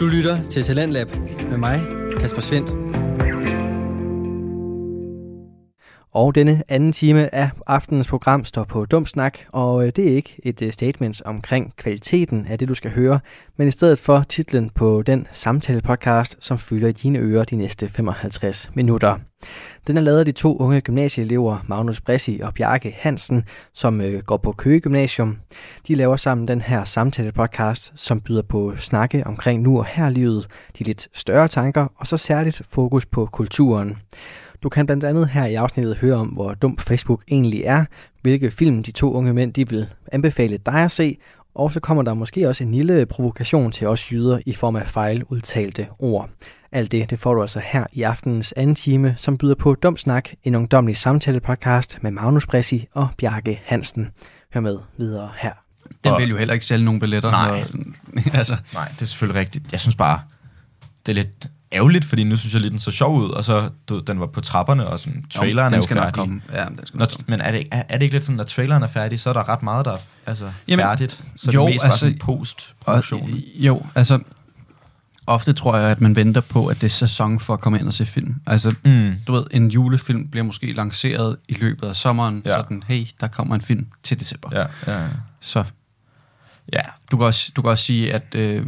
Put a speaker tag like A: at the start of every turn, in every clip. A: Du lytter til Talentlab med mig, Kasper Svendt.
B: Og denne anden time af aftenens program står på dum snak, og øh, det er ikke et øh, statement omkring kvaliteten af det, du skal høre, men i stedet for titlen på den samtale-podcast, som fylder i dine ører de næste 55 minutter. Den er lavet af de to unge gymnasieelever, Magnus Bressi og Bjarke Hansen, som øh, går på Køge Gymnasium. De laver sammen den her samtale-podcast, som byder på snakke omkring nu og herlivet, de lidt større tanker, og så særligt fokus på kulturen. Du kan blandt andet her i afsnittet høre om, hvor dum Facebook egentlig er, hvilke film de to unge mænd de vil anbefale dig at se, og så kommer der måske også en lille provokation til os jyder i form af fejludtalte ord. Alt det, det får du altså her i aftenens anden time, som byder på Dum Snak, en ungdomlig samtale-podcast med Magnus Bressi og Bjarke Hansen. Hør med videre her.
C: Den
D: Og-
C: vil jo heller ikke sælge nogen billetter.
D: Nej.
C: når- altså,
D: Nej, det er selvfølgelig rigtigt. Jeg synes bare, det er lidt ærgerligt, fordi nu synes jeg lige, den så sjov ud, og så, du, ved, den var på trapperne, og sådan, traileren
C: den
D: er jo
C: skal nok
D: færdig.
C: komme. Ja, den skal
D: Når,
C: nok komme.
D: men er det, ikke- er, er det ikke lidt sådan, når traileren er færdig, så er der ret meget, der er f- altså,
C: Jamen,
D: Jamen, færdigt? Så
C: jo,
D: det er mest bare
C: altså-
D: sådan
C: Og,
D: post-produktionen.
C: jo, altså, ofte tror jeg, at man venter på, at det er sæson for at komme ind og se film. Altså,
D: Mm.
C: du ved, en julefilm bliver måske lanceret i løbet af sommeren, ja.
D: Ja.
C: sådan, hey, der kommer en film til december.
D: Ja, ja, ja.
C: Så
D: ja.
C: du kan, også, du kan også sige, at, øh,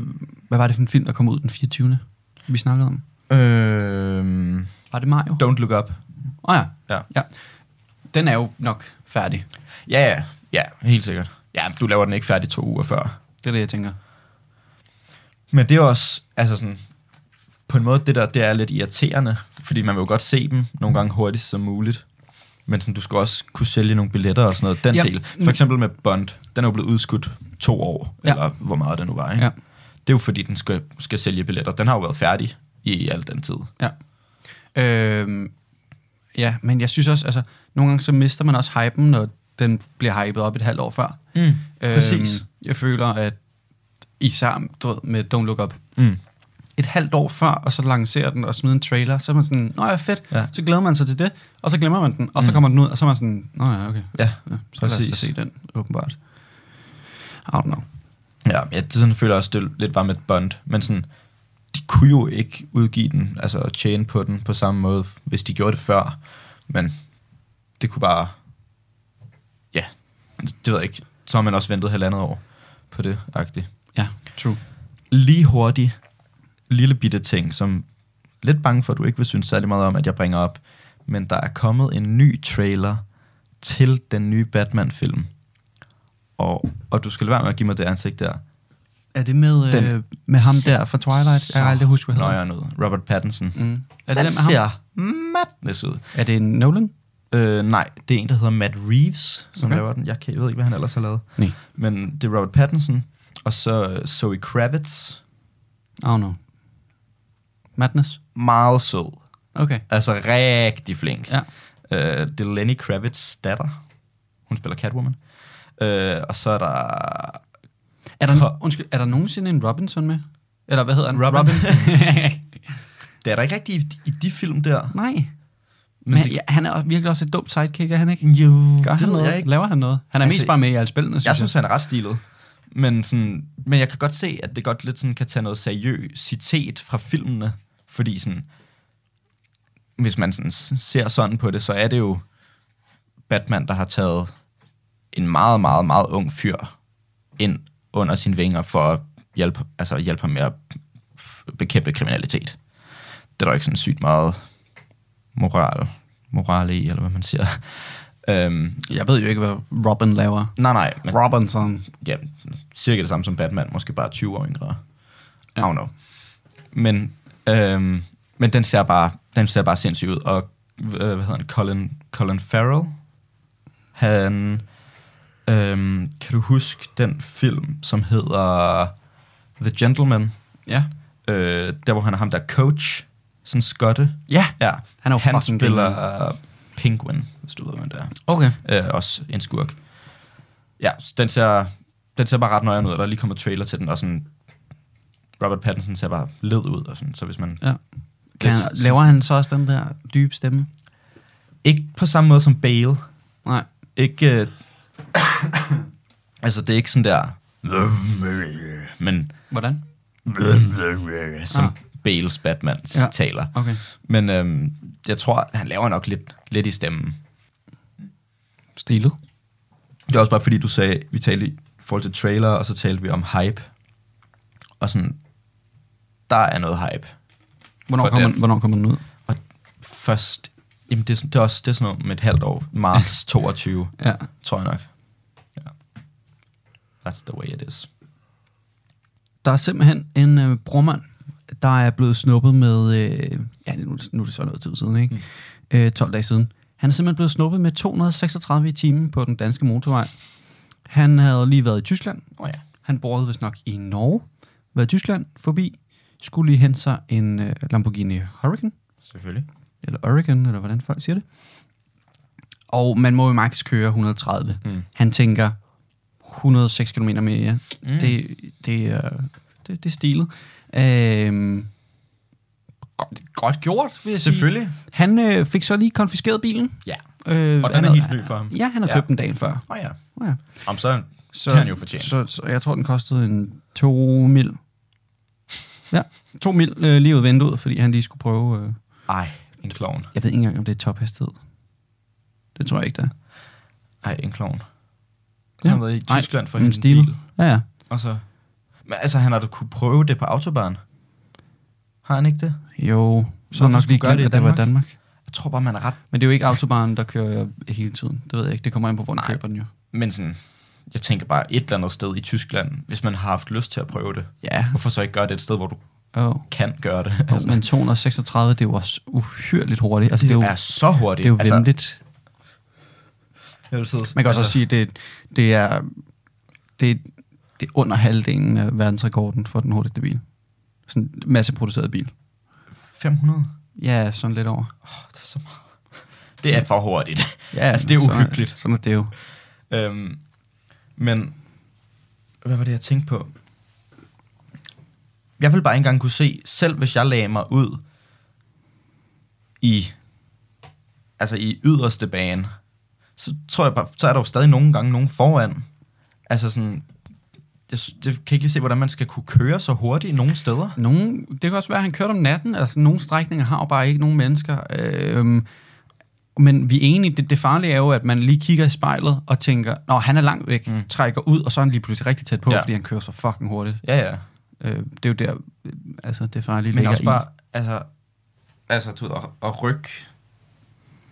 C: hvad var det for en film, der kom ud den 24. vi snakkede om?
D: Øhm,
C: Var det Mario?
D: don't look up.
C: Åh oh, ja.
D: Ja.
C: ja. Den er jo nok færdig.
D: Ja, ja, ja, helt sikkert. Ja, men du laver den ikke færdig to uger før.
C: Det er det, jeg tænker.
D: Men det er også, altså sådan, på en måde det der, det er lidt irriterende, fordi man vil jo godt se dem nogle gange hurtigst som muligt. Men sådan, du skal også kunne sælge nogle billetter og sådan noget, den
C: Ja.
D: ja. del. For eksempel med Bond, den er jo blevet udskudt to år,
C: Ja.
D: ja. eller hvor meget det nu var. Ikke?
C: Ja.
D: Det er jo fordi, den skal, skal sælge billetter. Den har jo været færdig i al den tid.
C: Ja. Øhm, ja, men jeg synes også, altså, nogle gange så mister man også hypen, når den bliver hypet op et halvt år før. Øhm,
D: Mm, præcis.
C: Jeg føler, at især du ved, med Don't Look Up,
D: Mm.
C: et halvt år før, og så lancerer den og smider en trailer, så er man sådan, nå ja, fedt, ja.
D: Ja.
C: så glæder man sig til det, og så glemmer man den, og så kommer den ud, og så er man sådan, nå ja, okay,
D: Ja,
C: så lad os da
D: præcis.
C: se den, åbenbart. I don't know.
D: Ja, jeg sådan føler jeg også, det lidt var med Bond, men sådan, de kunne jo ikke udgive den, altså at tjene på den på samme måde, hvis de gjorde det før, men det kunne bare, ja, det ved jeg ikke, så har man også ventet halvandet år på det, agtigt.
C: Ja, true.
D: Lige hurtigt, lille bitte ting, som lidt bange for, at du ikke vil synes særlig meget om, at jeg bringer op, men der er kommet en ny trailer til den nye Batman-film, og, og du skal lade være med at give mig det ansigt der.
C: Er det med,
D: Den-
C: øh, med ham der fra Twilight? Jeg kan aldrig huske, hvad han hedder.
D: nøjeren ud. Robert Pattinson. Mm.
C: Mm. Er det den med ham?
D: ser madness ud.
C: Er det en Nolan?
D: Øh, nej, det er en, der hedder Matt Reeves,
C: Okay.
D: som okay. laver den. Jeg, kan, jeg ved ikke, hvad han ellers har lavet.
C: Nej.
D: Men det er Robert Pattinson, og så øh, Zoe Kravitz.
C: I don't know. Madness?
D: Meget sød.
C: Okay.
D: Altså rigtig flink.
C: Ja.
D: Øh, det er Lenny Kravitz' datter. Hun spiller Catwoman. Øh, og så er der...
C: Er der,
D: Ko-
C: undskyld, er der nogensinde en Robinson med? Eller hvad hedder han?
D: Robin.
C: Robin.
D: Det er der ikke rigtig i, i de film der.
C: Nej. Men,
D: Men
C: Men
D: det-
C: ja, han er også- virkelig også et dumt sidekick, er han ikke?
D: Jo,
C: Gør han
D: det ved
C: noget?
D: jeg ikke.
C: Laver han noget? Han er altså,
D: Altså,
C: mest bare med i alle spillene, synes jeg.
D: Jeg synes, han er ret stilet. Men, sådan, men jeg kan godt se, at det godt lidt sådan kan tage noget seriøsitet fra filmene, fordi sådan, hvis man sådan s- ser sådan på det, så er det jo Batman, der har taget en meget, meget, meget ung fyr ind under sine vinger for at hjælpe, altså hjælpe ham med at f- bekæmpe kriminalitet. Det er der ikke sådan sygt meget moral, moral i, eller hvad man siger. Øhm,
C: Jeg ved jo ikke, hvad Robin laver.
D: nej, nej, men
C: Robinson.
D: ja, cirka det samme som Batman, måske bare 20 år yngre. I don't know. Men, øhm, men den, ser bare, den ser bare sindssyg ud. Og øh, hvad hedder han? Colin, Colin Farrell? Han... Øhm, kan du huske den film, som hedder The Gentleman?
C: Ja.
D: Øh, der, hvor han er ham der coach, sådan skotte.
C: Ja.
D: Ja,
C: Han er jo
D: han
C: fucking
D: spiller øh, Penguin, hvis du ved, hvem det er
C: Okay.
D: øh, også en skurk. Ja, så den ser, den ser bare ret nøjeren ud, og der er lige kommet trailer til den, og sådan, Robert Pattinson ser bare led ud, og sådan, så hvis man...
C: Ja. Kan
D: Hvis-
C: han, laver han så også den der dybe stemme?
D: Ikke på samme måde som Bale,
C: Nej.
D: ikke... Øh, altså, det er ikke sådan der... Men
C: Hvordan?
D: som
C: Ah.
D: Bales Batman
C: Ja.
D: ja. taler.
C: Okay.
D: Men øhm, jeg tror, at han laver nok lidt, lidt i stemmen.
C: Stilet.
D: Det er også bare fordi, du sagde, vi talte i forhold til trailer, og så talte vi om hype. Og sådan, der er noget hype.
C: Hvornår
D: For
C: kommer,
D: den.
C: den, hvornår kommer den ud?
D: Og først, jamen det, er sådan- det er også det er sådan noget med et halvt år, marts 22,
C: Ja.
D: tror jeg nok. Ja. That's the way it is.
C: Der er simpelthen en øh, brormand, der er blevet snuppet med... Øh, ja, nu, nu er det så noget tid siden, ikke? Mm. Øh, 12 dage siden. Han er simpelthen blevet snuppet med 236 i timen på den danske motorvej. Han havde lige været i Tyskland.
D: Åh oh, ja.
C: Han borede vist nok i Norge. Været i Tyskland forbi. Skulle lige hente sig en øh, Lamborghini Hurricane.
D: Selvfølgelig.
C: eller Oregon, eller hvordan folk siger det. Og man må jo max køre 130. Mm.
D: Mm.
C: Han tænker 106 km mere. Mm. Det, det, er, det, det er stilet. Øhm, godt, godt gjort, vil jeg
D: Selvfølgelig.
C: sige. Han øh, fik så lige konfiskeret bilen.
D: Ja.
C: Øh, han
D: Og den er
C: havde-
D: helt ny for ham.
C: Ja, han har
D: Ja.
C: købt den dagen før.
D: Åh oh, ja.
C: Oh, ja.
D: Om så, så kan han jo fortjene.
C: Så, så jeg tror, den kostede en 2 mil. Ja, 2 mil øh, lige ud vendt ud, fordi han lige skulle prøve... Øh,
D: Ej, en klovn.
C: Jeg ved ikke engang, om det er tophastighed. Det tror jeg ikke, det er.
D: Ej, en klovn.
C: Ja.
D: Han har været i
C: Nej,
D: Tyskland for
C: men
D: en
C: stilet.
D: bil.
C: Ja, ja.
D: Og så... Men altså, han har da kunne prøve det på autobahn. Har han ikke det?
C: Jo, så
D: Hvorfor
C: er nok lige
D: skulle gøre
C: glemt,
D: det i
C: at det var
D: Danmark?
C: Danmark.
D: Jeg tror bare, man er ret...
C: Men det er jo ikke autobahn, der kører jeg hele tiden. Det ved jeg ikke. Det kommer an på, hvor man køber den jo.
D: Men sådan, jeg tænker bare et eller andet sted i Tyskland, hvis man har haft lyst til at prøve det.
C: Ja.
D: Hvorfor så ikke gøre det et sted, hvor du
C: Oh.
D: kan gøre det?
C: Altså. Men 236, det er jo også uhyrligt hurtigt. Altså, det, er jo,
D: er så hurtigt. Altså,
C: det er jo venligt.
D: jeg vil sidde sådan-
C: Man kan også
D: altså,
C: sige, at det, det er... Det, det er under halvdelen af verdensrekorden for den hurtigste bil. Sådan en masseproduceret bil.
D: 500?
C: Ja, sådan lidt over.
D: Åh, det er så meget. Det er for hurtigt.
C: Ja,
D: altså, det er uhyggeligt.
C: Så, sådan er det jo.
D: Øhm, men, hvad var det, jeg tænkte på? Jeg vil bare ikke engang kunne se, selv hvis jeg lagde mig ud i, altså i yderste bane, så tror jeg bare, så er der jo stadig nogle gange nogen foran. Altså sådan, jeg, s- det kan ikke lige se, hvordan man skal kunne køre så hurtigt nogen steder.
C: Nogle, det kan også være, at han kørte om natten. Altså, nogle strækninger har jo bare ikke nogen mennesker. Øhm, men vi er enige, det, det farlige er jo, at man lige kigger i spejlet og tænker, nå, han er langt væk, mm. trækker ud, og så er han lige pludselig rigtig tæt på, ja.
D: Ja.
C: fordi han kører så fucking hurtigt.
D: Ja, ja.
C: Øh, det er jo der, øh, altså, det farlige
D: Men
C: ligger
D: også
C: bare...
D: bare, altså, altså du ved, at, at rykke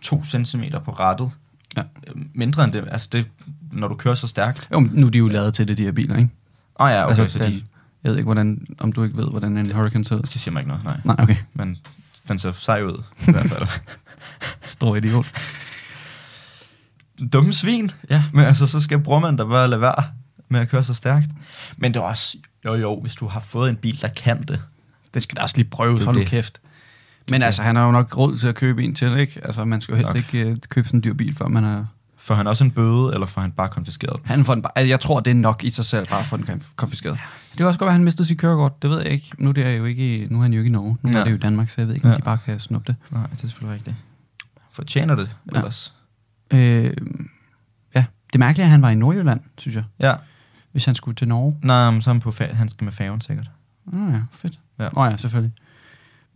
D: to centimeter på rattet.
C: Ja.
D: Øh, Mindre end det, altså det, når du kører så stærkt.
C: i. Jo, men nu er de jo lavet til det, de her biler, ikke?
D: Åh oh, ja, okay, altså, så
C: den,
D: de,
C: Jeg ved ikke, hvordan, om du ikke ved, hvordan en Hurricane ser ud.
D: de siger mig ikke noget, nej.
C: Nej, okay.
D: Men den ser sej ud, i hvert fald.
C: Stor idiot.
D: Dumme svin. Ja. Men altså, så skal brormanden der bare lade være med at køre så stærkt. Men det er også, jo jo, hvis du har fået en bil, der kan det.
C: Det skal da også lige prøves,
D: Det er
C: hold nu
D: det.
C: kæft. Men altså, han har jo nok råd til at købe en til, ikke? Altså, man skal jo helst
D: Nok.
C: ikke øh, købe sådan en dyr bil, før man har
D: Får han også en bøde, eller får han bare konfiskeret den?
C: Han får den bare, altså, jeg tror, det er nok i sig selv bare at få den konf- konfiskeret. Det kan også godt være, at han mistede sit kørekort. Det ved jeg ikke. Nu, er det er jo ikke, i- nu er han jo ikke i Norge. Nu er
D: Ja.
C: det jo i Danmark, så jeg ved ikke, om
D: Ja.
C: de bare kan snuppe det.
D: Nej, det er selvfølgelig rigtigt. Fortjener det
C: Ja.
D: ellers?
C: Øh, ja, det mærkelige er, at han var i Nordjylland, synes jeg.
D: Ja. ja.
C: Hvis han skulle til Norge.
D: Nej, men så er han, på fa- han skal med færgen sikkert.
C: Nå ja, fedt. Ja.
D: Ja.
C: Nå ja, selvfølgelig.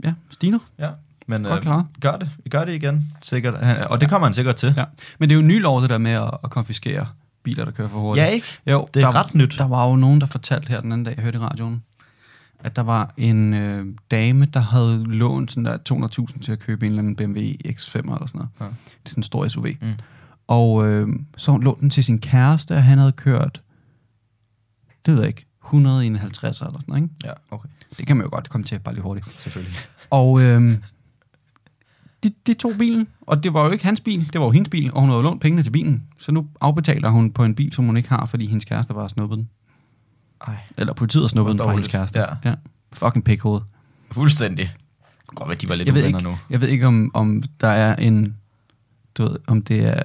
C: Ja, Stiner.
D: Ja, men øh,
C: Godt klaret.
D: gør det. Gør det igen, sikkert. Han, og det kommer han sikkert til.
C: Ja. Men det er jo en ny lov, det der med at, at konfiskere biler, der kører for hurtigt.
D: Ja, ikke?
C: Jo,
D: Det er
C: der,
D: ret nyt.
C: Der var jo nogen, der fortalte her den anden dag, jeg hørte i radioen, at der var en øh, dame, der havde lånt sådan der 200.000 til at købe en eller anden BMW X5 eller sådan noget. Ja.
D: Ja.
C: Det er sådan en stor SUV. Mm.
D: Mm.
C: Og øh, så hun lånte den til sin kæreste, og han havde kørt, det ved jeg ikke, 151 eller sådan noget, ikke?
D: Ja, okay.
C: Det kan man jo godt komme til, bare lige hurtigt.
D: Selvfølgelig.
C: Og øhm, de, de tog bilen, og det var jo ikke hans bil, det var jo hendes bil, og hun havde jo lånt pengene til bilen. Så nu afbetaler hun på en bil, som hun ikke har, fordi hendes kæreste bare har snuppet den.
D: Ej,
C: Eller politiet har snuppet
D: Hvor
C: den fra hendes
D: dårligt.
C: kæreste.
D: Ja.
C: ja. Fucking pikhoved.
D: fuldstændig. Det kan godt være, de var lidt
C: Jeg ved,
D: uvenner
C: ikke,
D: nu.
C: jeg ved ikke, om, om der er en... Du ved, om det er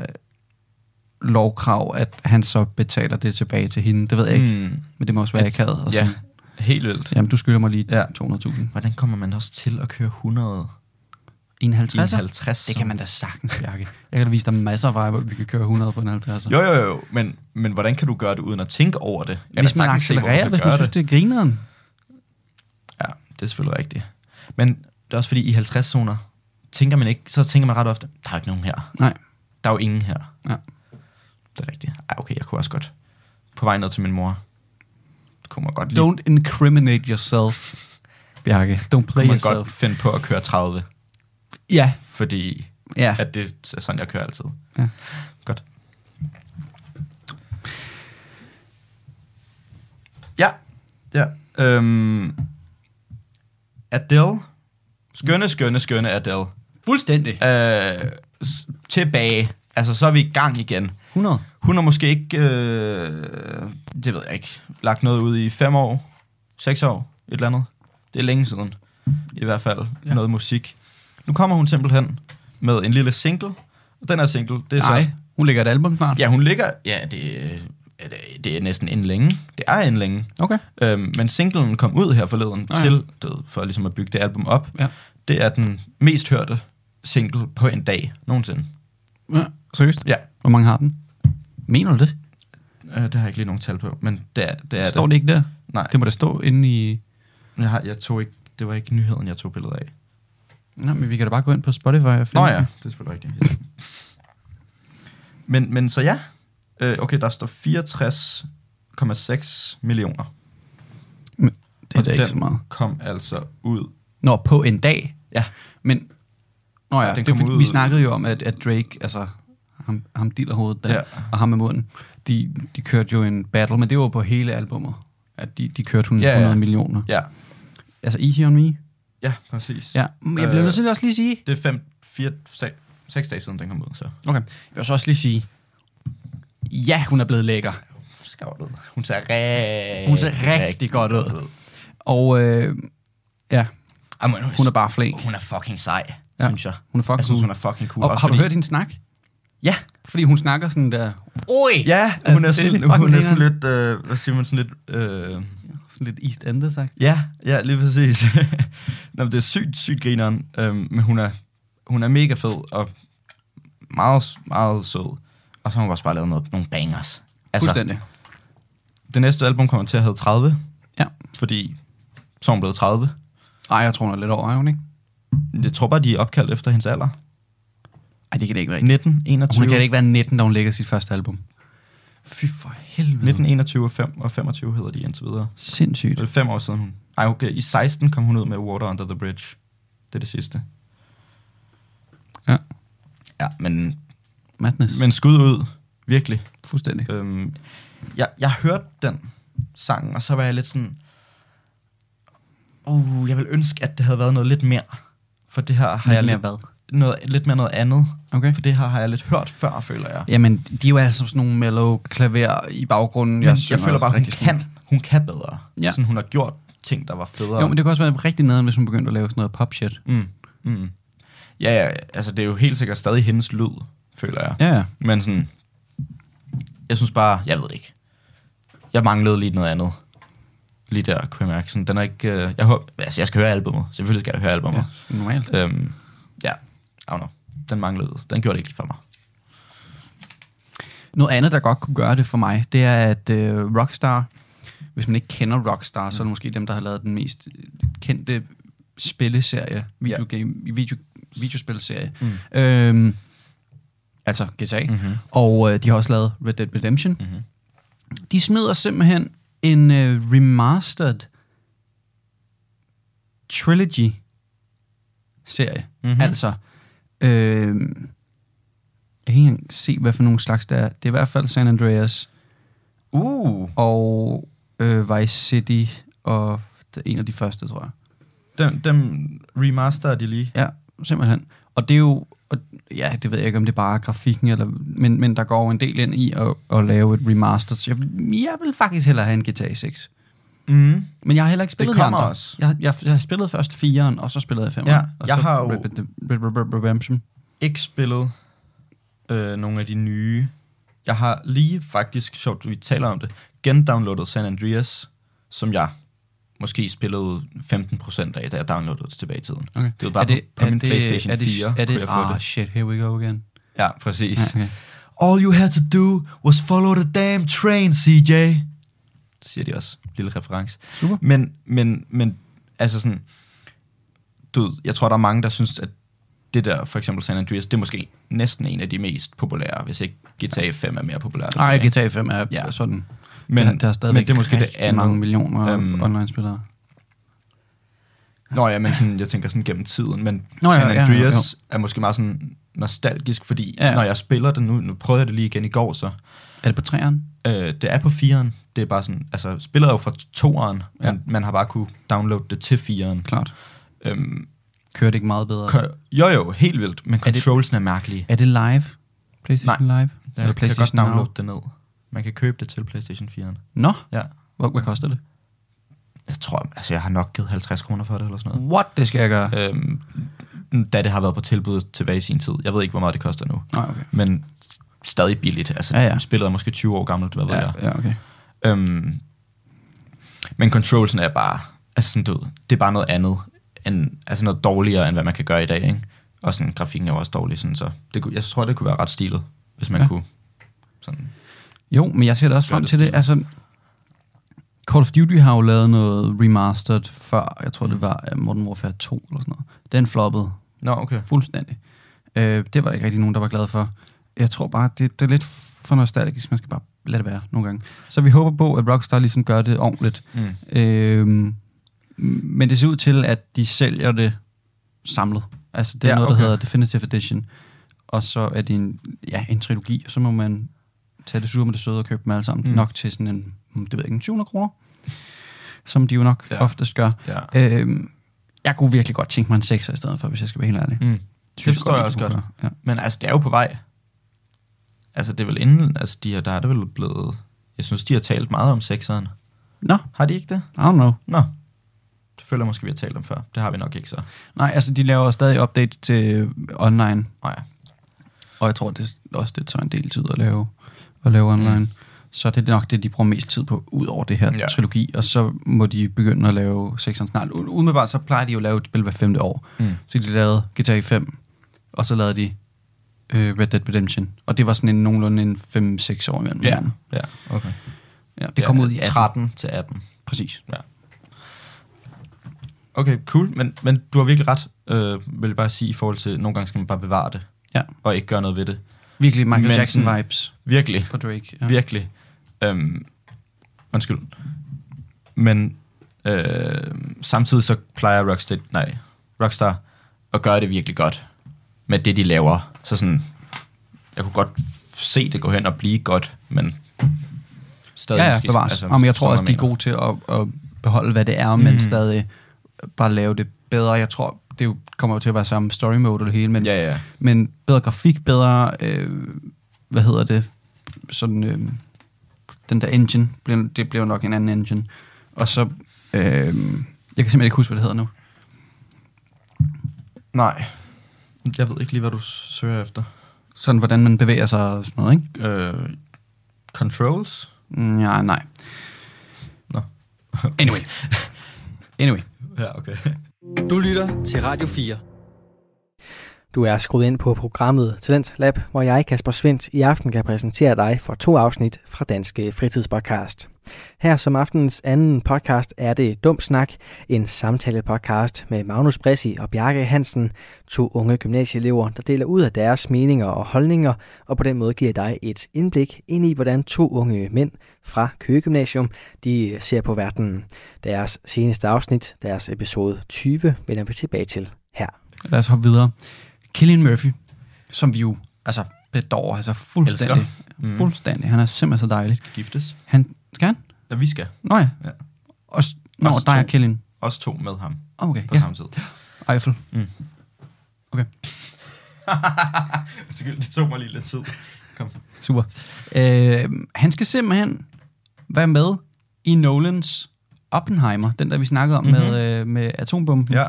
C: lovkrav, at han så betaler det tilbage til hende. Det ved jeg ikke. Mm.
D: Mm,
C: Men det må også være akavet. Og
D: ja,
C: sådan.
D: helt vildt.
C: Jamen, du skylder mig lige ja.
D: Ja.
C: 200.000.
D: Hvordan kommer man også til at køre 100 i en
C: 51?
D: 50?
C: Det kan man da sagtens, Bjarke. Jeg kan da vise dig masser af veje, hvor vi kan køre 100 på en 50.
D: Jo, jo, jo. Men, men hvordan kan du gøre det uden at tænke over det? Jeg kan
C: Hvis man
D: sagtens se, hvor
C: accelererer,
D: kan
C: hvis man
D: gøre
C: synes, det er grineren.
D: det er selvfølgelig rigtigt. Men det er også fordi, i 50 zoner, tænker man ikke, så tænker man ret ofte, der er jo ikke nogen her.
C: Nej.
D: Der er jo ingen her.
C: Ja.
D: Det er rigtigt. Ej, okay, jeg kunne også godt. På vej ned til min mor, kunne man godt lige,
C: Don't incriminate yourself, Bjarke. Don't play
D: kunne man
C: yourself.
D: godt finde på at køre 30,
C: Ja,
D: fordi
C: ja.
D: at det er sådan, jeg kører altid.
C: Ja.
D: Godt. Ja. Ja. Øhm, Adele. Skønne, skønne, skønne Adele.
C: Fuldstændig.
D: Øh, s- tilbage. Altså, så er vi i gang igen.
C: 100.
D: Hun har måske ikke, øh, det ved jeg ikke, lagt noget ud i fem år, seks år, et eller andet. Det er længe siden, i hvert fald,
C: Ja.
D: ja. noget musik. Nu kommer hun simpelthen med en lille single, og den her single, det er
C: Nej,
D: så...
C: hun lægger et album snart.
D: Ja, hun ligger... Ja, det, er- det- det er næsten inden længe. Det er inden længe.
C: Okay.
D: Øhm, men singlen kom ud her forleden
C: Nå
D: ja.
C: ja.
D: til, du ved, for ligesom at bygge det album op.
C: Ja.
D: Det er den mest hørte single på en dag nogensinde.
C: ja. Seriøst?
D: Ja,
C: Hvor mange har den? Mener du det?
D: øh, det har jeg ikke lige nogen tal på, men det er det. Er
C: Ja, Står det ikke der?
D: Nej,
C: Det må da stå inde i...
D: jeg, har, jeg tog ikke, det var ikke nyheden, jeg tog billedet af.
C: Nej, men vi kan da bare gå ind på Spotify og finde
D: Nå ja,
C: den.
D: det er selvfølgelig rigtigt. Ja. Men, men så ja, øh, okay, der står 64,6 millioner.
C: Det er da
D: Og
C: ikke
D: den
C: så meget.
D: kom altså ud.
C: Nå, på en dag.
D: Ja,
C: Men, nå ja,
D: Den
C: det er,
D: kom
C: fordi,
D: ud-
C: vi snakkede jo om, at, at Drake, altså ham, ham dillerhovedet der, ja.
D: Ja.
C: og ham med munden, de, de kørte jo en battle, men det var jo på hele albummet, at de, de kørte 100,
D: Ja, ja.
C: 100 millioner.
D: ja,
C: Altså Easy On Me.
D: ja, præcis.
C: Ja, men jeg bliver
D: Øh.
C: nødt til også lige sige...
D: Det er fem, fire, se, seks dage siden, den kom ud, så.
C: Okay, jeg vil så også lige sige... Ja, hun er blevet lækker.
D: Skavlet. Hun ser rigtig...
C: Hun ser Øh, rigtig godt ud. Og øh, ja,
D: Jamen, hun,
C: hun er bare flink.
D: hun er fucking sej,
C: Ja.
D: ja. synes jeg.
C: Hun er fucking
D: Jeg synes,
C: cool.
D: hun er fucking cool.
C: Og
D: også
C: har du
D: fordi-
C: hørt hende snak?
D: Ja.
C: Fordi hun snakker sådan der... Oj!
D: Ja,
C: Altså,
D: hun
C: det er
D: er sådan,
C: lidt fucking
D: hun er sådan
C: grineren.
D: lidt, øh, hvad siger man, sådan lidt, øh,
C: Sådan lidt East End, sagt.
D: ja, ja, lige præcis. Nå, men det er sygt, sygt grineren, øh, men hun er, hun er mega fed og meget, meget sød. Og så har hun også bare lavet noget, nogle bangers. Altså,
C: Fuldstændig.
D: det næste album kommer til at hedde 30,
C: Ja.
D: fordi så er hun blevet 30.
C: Ej, jeg tror, hun er lidt over, er hun ikke?
D: Jeg tror bare, de er opkaldt efter hendes alder.
C: Ej, det kan det ikke være.
D: 19, 21.
C: Hun kan da ikke være 19, da hun lægger sit første album. Fy for helvede.
D: 19, 21 og, 5, og 25 hedder de indtil videre.
C: Sindssygt.
D: Det er fem år siden hun... Ej, okay. I 16 kom hun ud med Water Under the Bridge. Det er det sidste.
C: Ja.
D: Ja, men,
C: Madness. Men,
D: men skud ud. Virkelig.
C: Fuldstændig.
D: Øhm, jeg, jeg hørte den sang, og så var jeg lidt sådan... Uh, jeg vil ønske, at det havde været noget lidt mere. For det her har jeg lidt,
C: hvad?
D: noget, lidt mere noget andet.
C: Okay.
D: For det her har jeg lidt hørt før, føler jeg.
C: Jamen, de er jo altså sådan nogle mellow klaver i baggrunden.
D: Men jeg
C: synger
D: føler
C: også
D: bare, hun
C: rigtig
D: kan,
C: smukt.
D: hun kan bedre.
C: Ja.
D: Ja. Sådan, hun har gjort ting, der var federe.
C: Jo, men det kunne også være rigtig nederen, hvis hun begyndte at lave sådan noget pop shit.
D: Mm. Mm. Ja, ja, altså det er jo helt sikkert stadig hendes lyd, føler jeg. Ja.
C: Ja, ja.
D: Men sådan, jeg synes bare, jeg ved det ikke. Jeg manglede lige noget andet. Lige der, kunne jeg mærke. Sådan, den er ikke, øh, jeg, håber, altså, jeg skal høre albumet. Selvfølgelig skal jeg høre albumet.
C: ja sådan normalt.
D: Ja. Øhm, ja, I don't know. Den manglede, den gjorde det ikke for mig.
C: Noget andet, der godt kunne gøre det for mig, det er, at øh, Rockstar, hvis man ikke kender Rockstar, så er det måske dem, der har lavet den mest øh, kendte spilleserie, videogame, video, videospilserie. Mm. Øhm, altså GTA.
D: Mm.
C: Mm-hmm. Og øh, de har også lavet Red Dead Redemption. Mm-hmm. De smider simpelthen en øh, remastered trilogy-serie. Mm-hmm.
D: Mhm.
C: Altså... Øh, jeg kan ikke engang se, hvad for nogle slags det er. Det er i hvert fald San Andreas
D: Uh,
C: og øh, Vice City og det er en af de første, tror jeg.
D: dem, dem remasterer de lige.
C: Ja, simpelthen. Og det er jo, og, ja, det ved jeg ikke, om det er bare er grafikken, eller, men, men der går jo en del ind i at, at lave et remaster. Så jeg, vil- jeg vil faktisk hellere have en GTA 6.
D: Mm.
C: Men jeg har heller ikke spillet de
D: kommer
C: andre.
D: også.
C: Jeg, jeg, jeg har spillet først 4'eren, og så spillede jeg 5'eren.
D: Ja,
C: og
D: jeg
C: så
D: har jo-
C: Red Dead Red- Red- Red- Redemption.
D: ikke spillet øh, nogle af de nye. Jeg har lige faktisk, sjovt vi taler om det, gendownloadet San Andreas, som jeg måske spillede 15% af, da jeg downloadede det tilbage i tiden.
C: Okay.
D: Det var bare på, på min Playstation
C: er det,
D: 4,
C: er det,
D: kunne jeg få
C: ah,
D: det.
C: shit, here we go again.
D: Ja, præcis.
C: Ja, okay.
D: All you had to do was follow the damn train, CJ. Siger de også. Lille reference.
C: Super.
D: Men, men, men Altså sådan, du ved, jeg tror, der er mange, der synes, at det der, for eksempel San Andreas, det er måske næsten en af de mest populære, hvis ikke GTA 5 er mere populært.
C: Nej, GTA 5 er
D: Ja.
C: ja. sådan.
D: Men-
C: der, der er stadigvæk
D: men det er måske det
C: rigtig
D: andet.
C: mange millioner
D: Øhm,
C: øhm, online-spillere.
D: Nå ja, men sådan, jeg tænker sådan gennem tiden, men
C: Nå
D: Nå,
C: ja,
D: San
C: ja, ja,
D: Andreas ja, ja, er måske meget sådan nostalgisk, fordi
C: Ja.
D: ja. når jeg spiller det nu, nu prøvede jeg det lige igen i går, så
C: Er det på træerne?
D: øh, det er på firen. Det er bare sådan, altså spillet er jo fra toeren,
C: Ja.
D: ja. men man har bare kunne downloade det til firen.
C: Klart.
D: Øhm,
C: Kører det ikke meget bedre?
D: ko- jo jo, helt vildt, men
C: det-
D: controlsen er mærkelige.
C: Er det live? PlayStation Live?
D: Ja, du kan godt
C: Now?
D: downloade det ned. Man kan købe det til PlayStation 4'eren.
C: Nå,
D: Ja.
C: hvor, hvad koster det?
D: Jeg tror, altså jeg har nok givet 50 kroner for det eller sådan noget.
C: What, det skal jeg gøre.
D: Øhm, da det har været på tilbud tilbage i sin tid. Jeg ved ikke, hvor meget det koster nu.
C: Nej, okay.
D: Men s- stadig billigt. Altså,
C: Ja,
D: ja,
C: ja.
D: ja. spillet er måske 20 år gammelt, hvad ved
C: Ja,
D: jeg.
C: ja, okay.
D: Øhm, men controlsen er bare, altså sådan, du ved, det er bare noget andet, end, altså noget dårligere, end hvad man kan gøre i dag, ikke? Og sådan, grafikken er jo også dårlig, sådan, så det, kunne- jeg tror, det kunne være ret stilet, hvis man
C: Ja.
D: ja. kunne sådan.
C: Jo, men jeg ser da også
D: Gør
C: frem
D: det
C: til det.
D: stilet.
C: Altså, Call of Duty har jo lavet noget remastered før. Jeg tror,
D: Mm.
C: det var øh, Modern Warfare 2 eller sådan noget. Den floppede
D: Nå, okay.
C: fuldstændig. Øh, det var der ikke rigtig nogen, der var glad for. Jeg tror bare, det, det er lidt for nostalgisk. Man skal bare lade det være nogle gange. Så vi håber på, at Rockstar ligesom gør det ordentligt.
D: Mm.
C: Øhm, men det ser ud til, at de sælger det samlet. Altså, det er ja,
D: Ja,
C: noget, der
D: okay.
C: hedder Definitive Edition. Og så er det en, ja, en trilogi, og så må man tage det sure med det søde og købe dem alle sammen. Mm.
D: Mm.
C: Nok til sådan en, mm, det ved jeg ikke, en 200 kroner, som de jo nok ja.
D: Ja.
C: oftest gør.
D: Ja.
C: Øhm, jeg kunne virkelig godt tænke mig en 6 i stedet for, hvis jeg skal være helt ærlig.
D: Mm.
C: Synes
D: forstår jeg
C: vi
D: også
C: kunne
D: godt.
C: gøre. Ja.
D: Men altså, det er jo på vej. Altså, det er vel inden, altså, de her, der er det vel blevet, jeg synes, de har talt meget om sekseren.
C: Nå,
D: Har de ikke det?
C: I don't know.
D: Nå. Det føler jeg måske, vi har talt om før. Det har vi nok ikke så.
C: Nej, altså de laver stadig updates til øh, online,
D: Nej. ja.
C: og jeg tror det, er også, det tager en del tid at lave, at lave online. Mm. Så det er nok det, de bruger mest tid på, ud over det her ja.
D: Ja.
C: trilogi, og så må de begynde at lave 6'eren snart. U- Umiddelbart så plejer de jo at lave et spil hver femte år.
D: Mm.
C: Så de lavede GTA 5, og så lavede de øh, Red Dead Redemption, og det var sådan en nogenlunde en 5-6 år imellem. hinanden.
D: Ja, okay.
C: ja det kom
D: ja,
C: ud i 18.
D: 13 til 18.
C: Præcis.
D: Ja. Okay, cool. Men, men du har virkelig ret, øh, vil jeg bare sige, i forhold til, nogle gange skal man bare bevare det,
C: Ja.
D: og ikke gøre noget ved det.
C: Virkelig Michael
D: Men sådan-
C: Jackson-vibes
D: Virkelig.
C: på Drake.
D: Ja. Virkelig. Øhm, undskyld. Men øh, samtidig så plejer Rockstar, nej, Rockstar at gøre det virkelig godt med det, de laver. Så sådan, jeg kunne godt se det gå hen og blive godt, men stadig
C: Ja, ja,
D: måske-
C: bevares. Altså, Jamen, jeg tror
D: forstår,
C: også,
D: hvad
C: de er
D: mener.
C: gode til at, at beholde, hvad det er, mm. men
D: Mhm.
C: stadig bare lave det bedre. Jeg tror, det jo- kommer jo til at være samme story mode og det hele, men,
D: Ja, ja.
C: men bedre grafik, bedre, øh, hvad hedder det, sådan, øh, den der engine, bliver- det bliver nok en anden engine. Og så, øh, jeg kan simpelthen ikke huske, hvad det hedder nu.
D: Nej. Jeg ved ikke lige, hvad du søger efter.
C: Sådan, hvordan man bevæger sig og sådan noget, ikke?
D: Øh, controls?
C: Mm, Ja, nej.
D: Nå.
C: Anyway. anyway.
D: Ja, okay.
A: Du lytter til Radio 4.
B: Du er skruet ind på programmet Talent Lab, hvor jeg, Kasper Svendt, i aften kan præsentere dig for to afsnit fra Danske Fritidspodcast. Her som aftenens anden podcast er det Dum Snak, en samtalepodcast med Magnus Bressi og Bjarke Hansen, to unge gymnasieelever, der deler ud af deres meninger og holdninger, og på den måde giver dig et indblik ind i, hvordan to unge mænd fra Køge Gymnasium, de ser på verdenen. Deres seneste afsnit, deres episode 20, vender vi tilbage til her.
C: Lad os hoppe videre. Killian Murphy, som vi jo altså bedår, altså fuldstændig.
D: Elsker.
C: Mm.
D: Mm.
C: Fuldstændig. Han er simpelthen så dejlig.
D: Giftes.
C: Han, skal han?
D: Ja, vi skal.
C: Nå ja.
D: Ja.
C: Og, s- nå,
D: Os
C: der er
D: to.
C: Killian.
D: Os to med ham
C: Okay,
D: på ja.
C: ja.
D: samme tid.
C: Eiffel.
D: Undskyld, det tog mig lige lidt tid. Kom.
C: Super. Øh, han skal simpelthen være med i Nolans Oppenheimer, den der vi snakkede om mm-hmm. med, øh, med atombomben.
D: Mhm.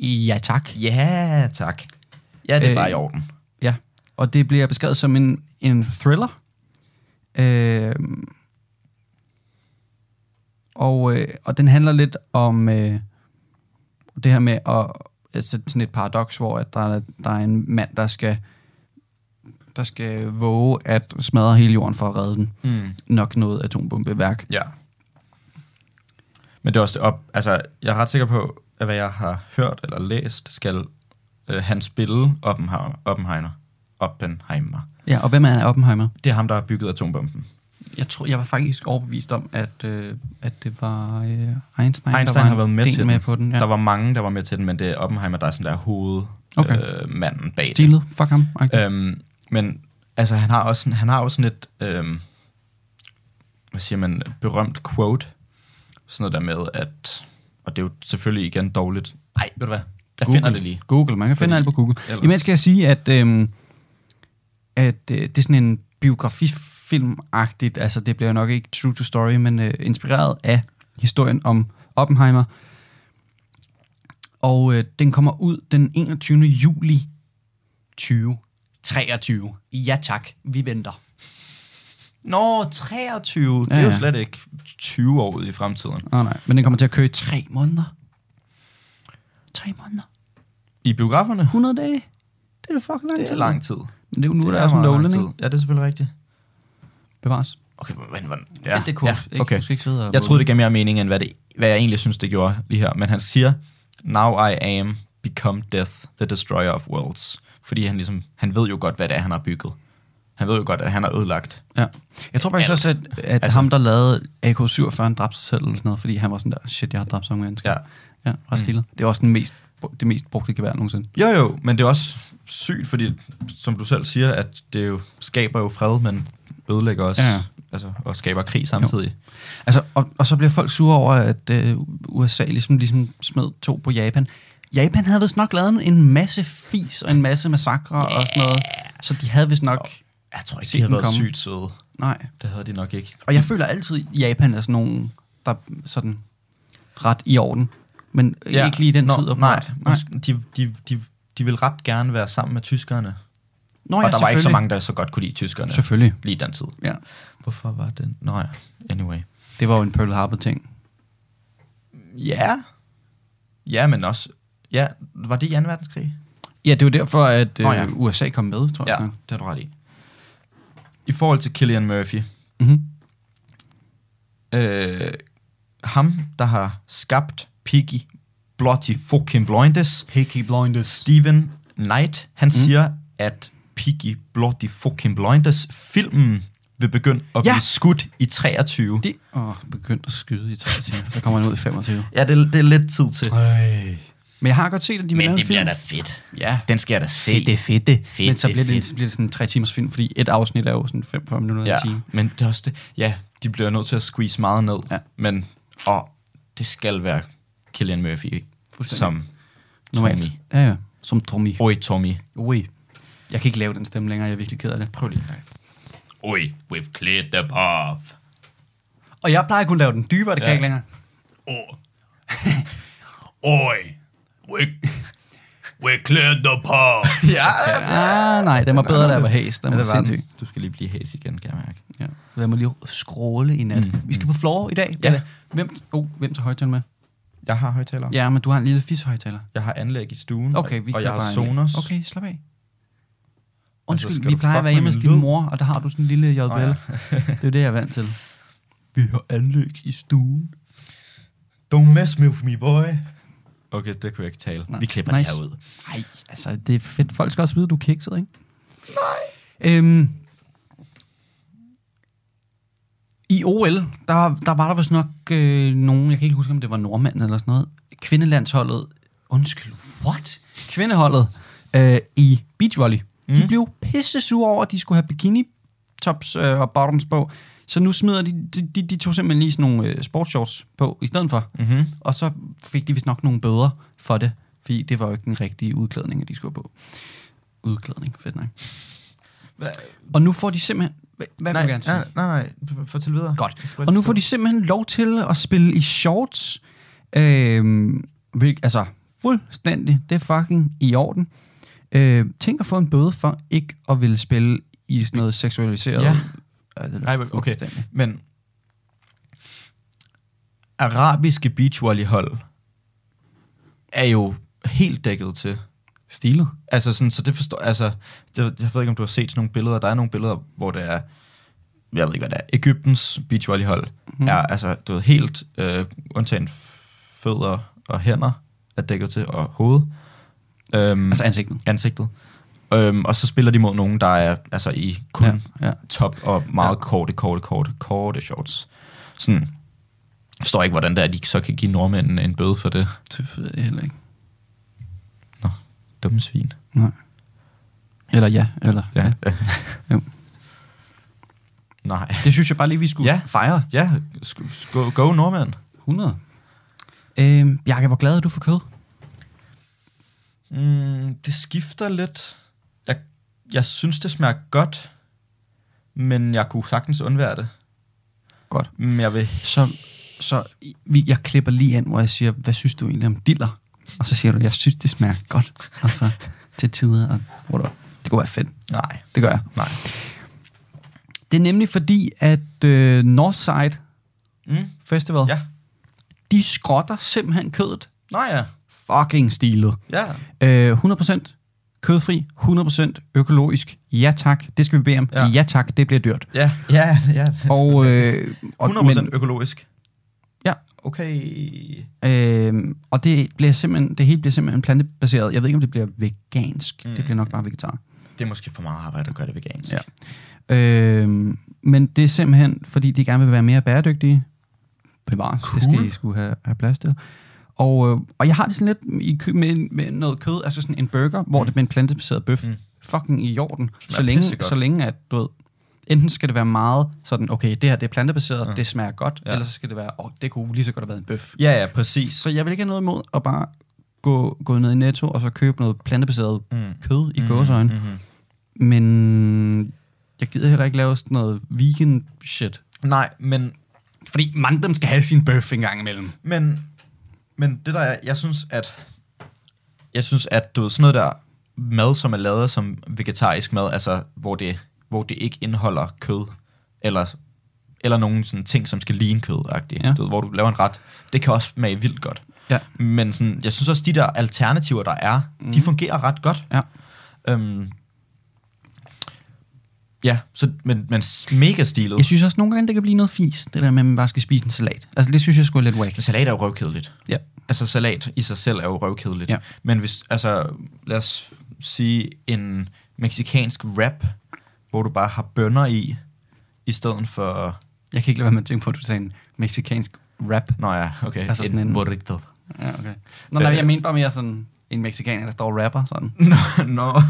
D: Ja.
C: ja, tak.
D: Ja, tak. Ja, det er
C: Øh,
D: øh, bare i orden.
C: Ja, og det bliver beskrevet som en, en thriller. Øh, og, øh, og den handler lidt om øh, det her med at, altså sådan et paradoks, hvor at der, er- der er en mand, der skal, der skal våge at Mm. smadre hele jorden for at redde den.
D: Mm.
C: Nok noget atombombeværk.
D: Ja. Men det er også det op... Altså, jeg er ret sikker på, at hvad jeg har hørt eller læst, skal øh, han spille Oppenheimer. Oppenheimer. Oppenheimer.
C: Ja, og hvem er Oppenheimer?
D: Det er ham, der har bygget atombomben.
C: Jeg tror, jeg var faktisk overbevist om, at, øh, at det var øh, Einstein, der
D: Einstein
C: var
D: har været med
C: del
D: til
C: med
D: den.
C: på den.
D: Ja.
C: Ja.
D: Der var mange, der var med til den, men det er Oppenheimer, der er sådan der hovedmanden
C: Okay.
D: øh, manden bag det.
C: Stilet, fuck ham. Okay.
D: Øhm, men altså, han har også sådan, han har også sådan et, øhm, hvad siger man, berømt quote. Sådan noget der med, at, og det er jo selvfølgelig igen dårligt. Nej, ved du hvad? Jeg
C: Google.
D: finder det lige.
C: Google, man kan Fordi finde
D: Fordi
C: alt på Google.
D: ellers-
C: Imens skal jeg sige, at, øhm, at øh, det er sådan en biografifilm-agtigt, altså det bliver jo nok ikke true to story, men øh, inspireret af historien om Oppenheimer. Og øh, den kommer ud den 21. juli 2023. Ja tak, vi venter.
D: Nå, 23. Ja,
C: Ja,
D: Det er
C: ja.
D: jo slet ikke 20 år ude i fremtiden.
C: Åh oh, nej, men den kommer til at køre i tre måneder. Tre måneder.
D: I biograferne?
C: 100 dage. Det er da fucking lang
D: Det er
C: tid.
D: lang tid.
C: Men det er jo nu,
D: Det
C: der er sådan en
D: meget lang
C: lovlen,
D: tid.
C: ikke?
D: Ja, det er selvfølgelig rigtigt.
C: Bevares.
D: Okay, men hvordan?
C: Ja, Fedt, det er kort. Ja,
D: okay.
C: Du skal ikke sidde og
D: Jeg troede, det gav mere mening, end hvad, det, hvad jeg egentlig synes, det gjorde lige her. Men han siger, Now I am become death, the destroyer of worlds. Fordi han, ligesom, han ved jo godt, hvad det er, han har bygget. Han ved jo godt, at han har ødelagt.
C: Ja. Jeg tror faktisk
D: Alt.
C: også, at, at altså,
D: Altså-
C: ham, der lavede AK-47, han dræbte sig selv eller sådan noget, fordi han var sådan der, shit, jeg har dræbt så mange mennesker.
D: Ja. Mm.
C: ja ret stilet. Det er også den mest, det mest brugte gevær nogensinde.
D: Jo jo, men det er også sygt, fordi som du selv siger, at det jo skaber jo fred, men ødelægger også,
C: Ja.
D: altså, og skaber krig samtidig.
C: Altså, og, og så bliver folk sure over, at øh, USA ligesom, ligesom smed to på Japan. Japan havde vist nok lavet en masse fis og en masse massakre yeah. og sådan noget, så de havde vist nok...
D: Jeg tror ikke,
C: Se
D: de har
C: den
D: været
C: komme.
D: sygt søde.
C: Nej.
D: Det havde de nok ikke.
C: Og jeg føler altid, at Japan er sådan nogen, der er sådan ret i orden. Men ja. ikke lige i den
D: Nå,
C: tid. og
D: Nej,
C: part.
D: nej. De, de, de, de vil ret gerne være sammen med tyskerne.
C: Nå,
D: Og
C: ja,
D: der var ikke så
C: selvfølgelig.
D: mange, der så godt kunne lide tyskerne.
C: Selvfølgelig,
D: lige den tid.
C: ja.
D: Hvorfor var den? Nå ja, anyway.
C: Det var jo en Pearl Harbor-ting.
D: Ja. Ja, men også... Ja, var det i 2. verdenskrig?
C: Ja, det var derfor, at øh,
D: Nå ja.
C: USA kom med, tror
D: Ja,
C: jeg.
D: det har du ret i. I forhold til Killian Murphy,
C: Mm-hmm.
D: øh, ham, der har skabt Piggy Bloody fucking Blinders,
C: Peaky Blinders.
D: Steven Knight, han mm. siger, at Piggy Bloody fucking Blinders, filmen vil begynde at
C: Ja.
D: ja. blive skudt i 23. Det,
C: Det Åh, oh, begyndte at skyde i 3 timer. Så kommer han ud i 25.
D: ja, det, det er lidt tid til.
C: Men jeg har godt set, at de vil lave en film.
D: fedt.
C: Ja.
D: Den skal jeg da se.
C: Fedt, det er fedt, det.
D: Fedt,
C: Men så
D: det er
C: bliver det, en-
D: fedt.
C: så bliver det sådan en 3 timers film, fordi et afsnit er jo sådan 45 minutter ja. en time.
D: men det er også det. Ja, de bliver nødt til at squeeze meget ned.
C: Ja.
D: Men og det skal være Killian Murphy
C: Fuldstændig.
D: som
C: Normalt.
D: Tommy.
C: Ja, ja. Som Tommy.
D: Oi, Tommy.
C: Ui. Jeg kan ikke lave den stemme længere, jeg er virkelig ked af det.
D: Prøv lige. Oi, we've cleared the path.
C: Og jeg plejer kun at lave den dybere, det ja. kan jeg
D: Ja.
C: ikke længere.
D: Oh. Oi, we, we cleared the path. ja,
C: Ah, nej, den var bedre, da jeg var hæs. Den
D: det
C: var
D: var den.
C: sindssyg.
D: Du skal lige blive hæs igen, kan jeg mærke.
C: Ja. Lad mig lige skråle i nat. Mm. Vi skal på floor i dag.
D: Ja.
C: Hvem, oh, hvem tager højtalen med?
D: Jeg har højtaler.
C: Ja, men du har en lille fishøjtaler.
D: Jeg har anlæg i stuen,
C: Okay, vi
D: og
C: kører
D: jeg har
C: bare en-
D: Sonos.
C: Okay, slap af. Undskyld,
D: skal
C: altså, vi
D: du
C: plejer at
D: fuck
C: være
D: med
C: hjemme hos
D: min
C: din
D: lyd?
C: mor, og der har du sådan en lille JBL. Oh,
D: Nå, ja.
C: ja. det er det, jeg er vant til. Vi har anlæg i stuen.
D: Don't mess with me, boy. Okay, det kunne jeg ikke tale.
C: Nej.
D: Vi klipper
C: Nice.
D: det her ud.
C: Nej, altså, det er fedt. Folk skal også vide, at du er kikset, ikke? Nej. Øhm, I OL, der, der var der vist nok øh, nogen, jeg kan ikke huske, om det var nordmanden eller sådan noget, kvindelandsholdet, undskyld, what? Kvindeholdet øh, i beachvolley. Mm. De blev pisse sure over, at de skulle have bikini tops øh, og bottoms på, så nu smider de, de, de, de tog simpelthen lige sådan nogle øh, sportsshorts på i stedet for.
D: Mm-hmm.
C: Og så fik de vist nok nogle bøder for det, fordi det var jo ikke den rigtige udklædning, at de skulle have på. Udklædning, fedt nok.
D: Hva,
C: Og nu får de simpelthen... Hvad hvad vil du gerne sige?
D: nej, nej, nej, nej, fortæl videre.
C: Godt. Og nu får de simpelthen lov til at spille i shorts. Øhm, hvil, altså, fuldstændig. Det er fucking i orden. Øh, tænk at få en bøde for ikke at ville spille i sådan noget seksualiseret...
D: Ja.
C: Ja, det er da
D: Nej, men- okay,
C: fuldstændig.
D: men arabiske beachvolleyhold er jo helt dækket til.
C: Stilet.
D: Altså sådan, så det forstår, altså, det, jeg ved ikke, om du har set sådan nogle billeder. Der er nogle billeder, hvor det er jeg ved ikke, hvad det er, Ægyptens beachvolleyhold mm. er altså, du ved, helt øh, undtagen fødder og hænder er dækket til, og hoved. Øhm,
C: Altså ansigtet.
D: ansigtet. Øhm, og så spiller de mod nogen, der er altså i kun
C: Ja,
D: ja,
C: ja.
D: ja. top og meget ja. korte, korte, korte, korte shorts. Sådan, jeg forstår ikke, hvordan det er, at de så kan give nordmændene en bøde for det.
C: Det ved jeg heller ikke.
D: Nå, dumme svin.
C: Nej. Eller ja, eller ja. Jo.
D: Nej.
C: Det synes jeg bare lige, vi skulle
D: Ja.
C: fejre.
D: Ja, sk- sk- go, go nordmænd.
C: 100. Øhm, Bjarke, hvor glad er du for kød?
D: Mm, det skifter lidt. Jeg, jeg synes, det smager godt, men jeg kunne sagtens undvære det.
C: Godt.
D: Men jeg vil...
C: Så, så vi, jeg klipper lige ind, hvor jeg siger, hvad synes du egentlig om diller? Og så siger du, jeg synes, det smager godt. Altså, til tider. Og, whatever. det kunne være fedt.
D: Nej,
C: Det gør jeg.
D: nej.
C: Det er nemlig fordi, at øh, Northside
D: Mm,
C: Festival,
D: ja.
C: de skrotter simpelthen kødet.
D: Nå ja,
C: Fucking stilet.
D: ja.
C: Øh, 100% kødfri, 100% økologisk. Ja tak, det skal vi bede om. Ja,
D: Ja.
C: ja tak, det bliver dyrt.
D: Ja, ja, ja.
C: Og, øh, og,
D: 100% men, økologisk.
C: Ja.
D: Okay.
C: Øh, og det, bliver simpelthen, det hele bliver simpelthen plantebaseret. Jeg ved ikke, om det bliver vegansk. Mm. Det bliver nok bare vegetar.
D: Det er måske for meget arbejde at gøre det vegansk.
C: Ja. Øh, men det er simpelthen, fordi de gerne vil være mere bæredygtige. Bevares, cool. det skal I skulle have, have plads til. Og, øh, og jeg har det sådan lidt i, kø- med, med noget kød, altså sådan en burger, hvor mm. det bliver en plantebaseret bøf. Mm. Fucking i jorden.
D: Smager
C: Så længe,
D: pissegodt.
C: så længe at, du ved, enten skal det være meget sådan, okay, det her det er plantebaseret, ja. det smager godt, ja.
D: Ja.
C: eller så skal det være, åh, det kunne lige så godt have været en bøf.
D: Ja, ja, præcis.
C: Så jeg vil ikke have noget imod at bare gå, gå ned i Netto og så købe noget plantebaseret mm.
D: Mm.
C: kød i mm. gåsøjne.
D: Mm-hmm.
C: Men jeg gider heller ikke lave sådan noget vegan shit.
D: Nej, men,
C: Fordi manden skal have sin bøf en gang imellem.
D: men, men det der er, jeg synes, at jeg synes, at du ved, sådan noget der mad, som er lavet som vegetarisk mad, altså hvor det, hvor det ikke indeholder kød, eller, eller nogle sådan ting, som skal ligne kød
C: Ja.
D: ja. du ved, hvor du laver en ret, det kan også smage vildt godt.
C: Ja.
D: Men sådan, jeg synes også, de der alternativer, der er, mm. de fungerer ret godt.
C: Ja.
D: Øhm, ja, så, men, men s- mega stilet.
C: Jeg synes også nogle gange, det kan blive noget fis, det der med, at man bare skal spise en salat. Altså det synes jeg sgu er lidt whack.
D: Salat er jo røvkedeligt.
C: Ja.
D: Altså salat i sig selv er jo røvkedeligt.
C: Ja.
D: Men hvis, altså, lad os sige en meksikansk wrap, hvor du bare har bønner i, i stedet for...
C: Jeg kan ikke lade være med at tænke på, at du sagde en meksikansk rap.
D: Nå ja, okay.
C: Altså sådan en-
D: burrito.
C: Ja, okay. Nå, nej,
D: Øh.
C: jeg mente bare mere sådan en meksikaner, der står og rapper sådan.
D: Nå, nå.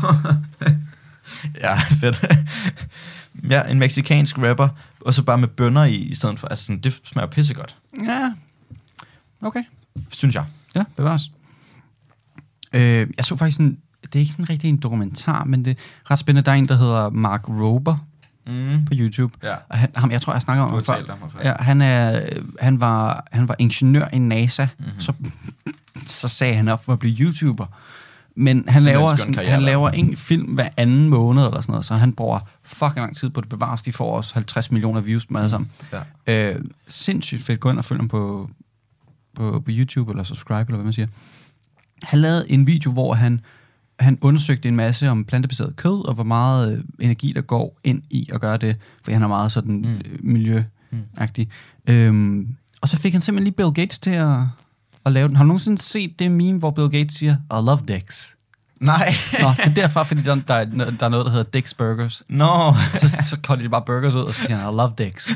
D: ja, fedt. ja, en meksikansk rapper, og så bare med bønner i, i stedet for... Altså, sådan, det smager pissegodt,
C: Ja, okay.
D: synes jeg.
C: Ja, bevares. Øh, jeg så faktisk en, det er ikke sådan rigtig en dokumentar, men det er ret spændende. Der er en, der hedder Mark Rober,
D: Mm.
C: på YouTube.
D: Ja.
C: Og han, ham, jeg tror, jeg snakker om
D: Du
C: ham
D: har
C: før.
D: talt om ham før.
C: Ja, han, er, han, var, han var ingeniør i NASA,
D: Mhm.
C: mm-hmm. så, så sagde han op for at blive YouTuber. Men han
D: Sådan en
C: laver,
D: skøn
C: sådan,
D: karriere,
C: han
D: der.
C: laver en film hver anden måned, eller sådan noget, så han bruger fucking lang tid på det bevares. De får også 50 millioner views med alle sammen. Ja. Øh, sindssygt fedt. Gå ind og følg ham på, på, på YouTube, eller subscribe, eller hvad man siger. Han lavede en video, hvor han, han undersøgte en masse om plantebaseret kød, og hvor meget øh, energi, der går ind i at gøre det, for han er meget sådan mm. øh, miljøagtig. Mm. Øhm, og så fik han simpelthen lige Bill Gates til at, at lave den. Har du nogensinde set det meme, hvor Bill Gates siger, I love dicks?
D: Nej.
C: Nå, det er derfor, fordi der, der, er, der er noget, der hedder Dicks Burgers.
D: Nå.
C: Så, så cutter de bare burgers ud, og så siger han, I love dicks.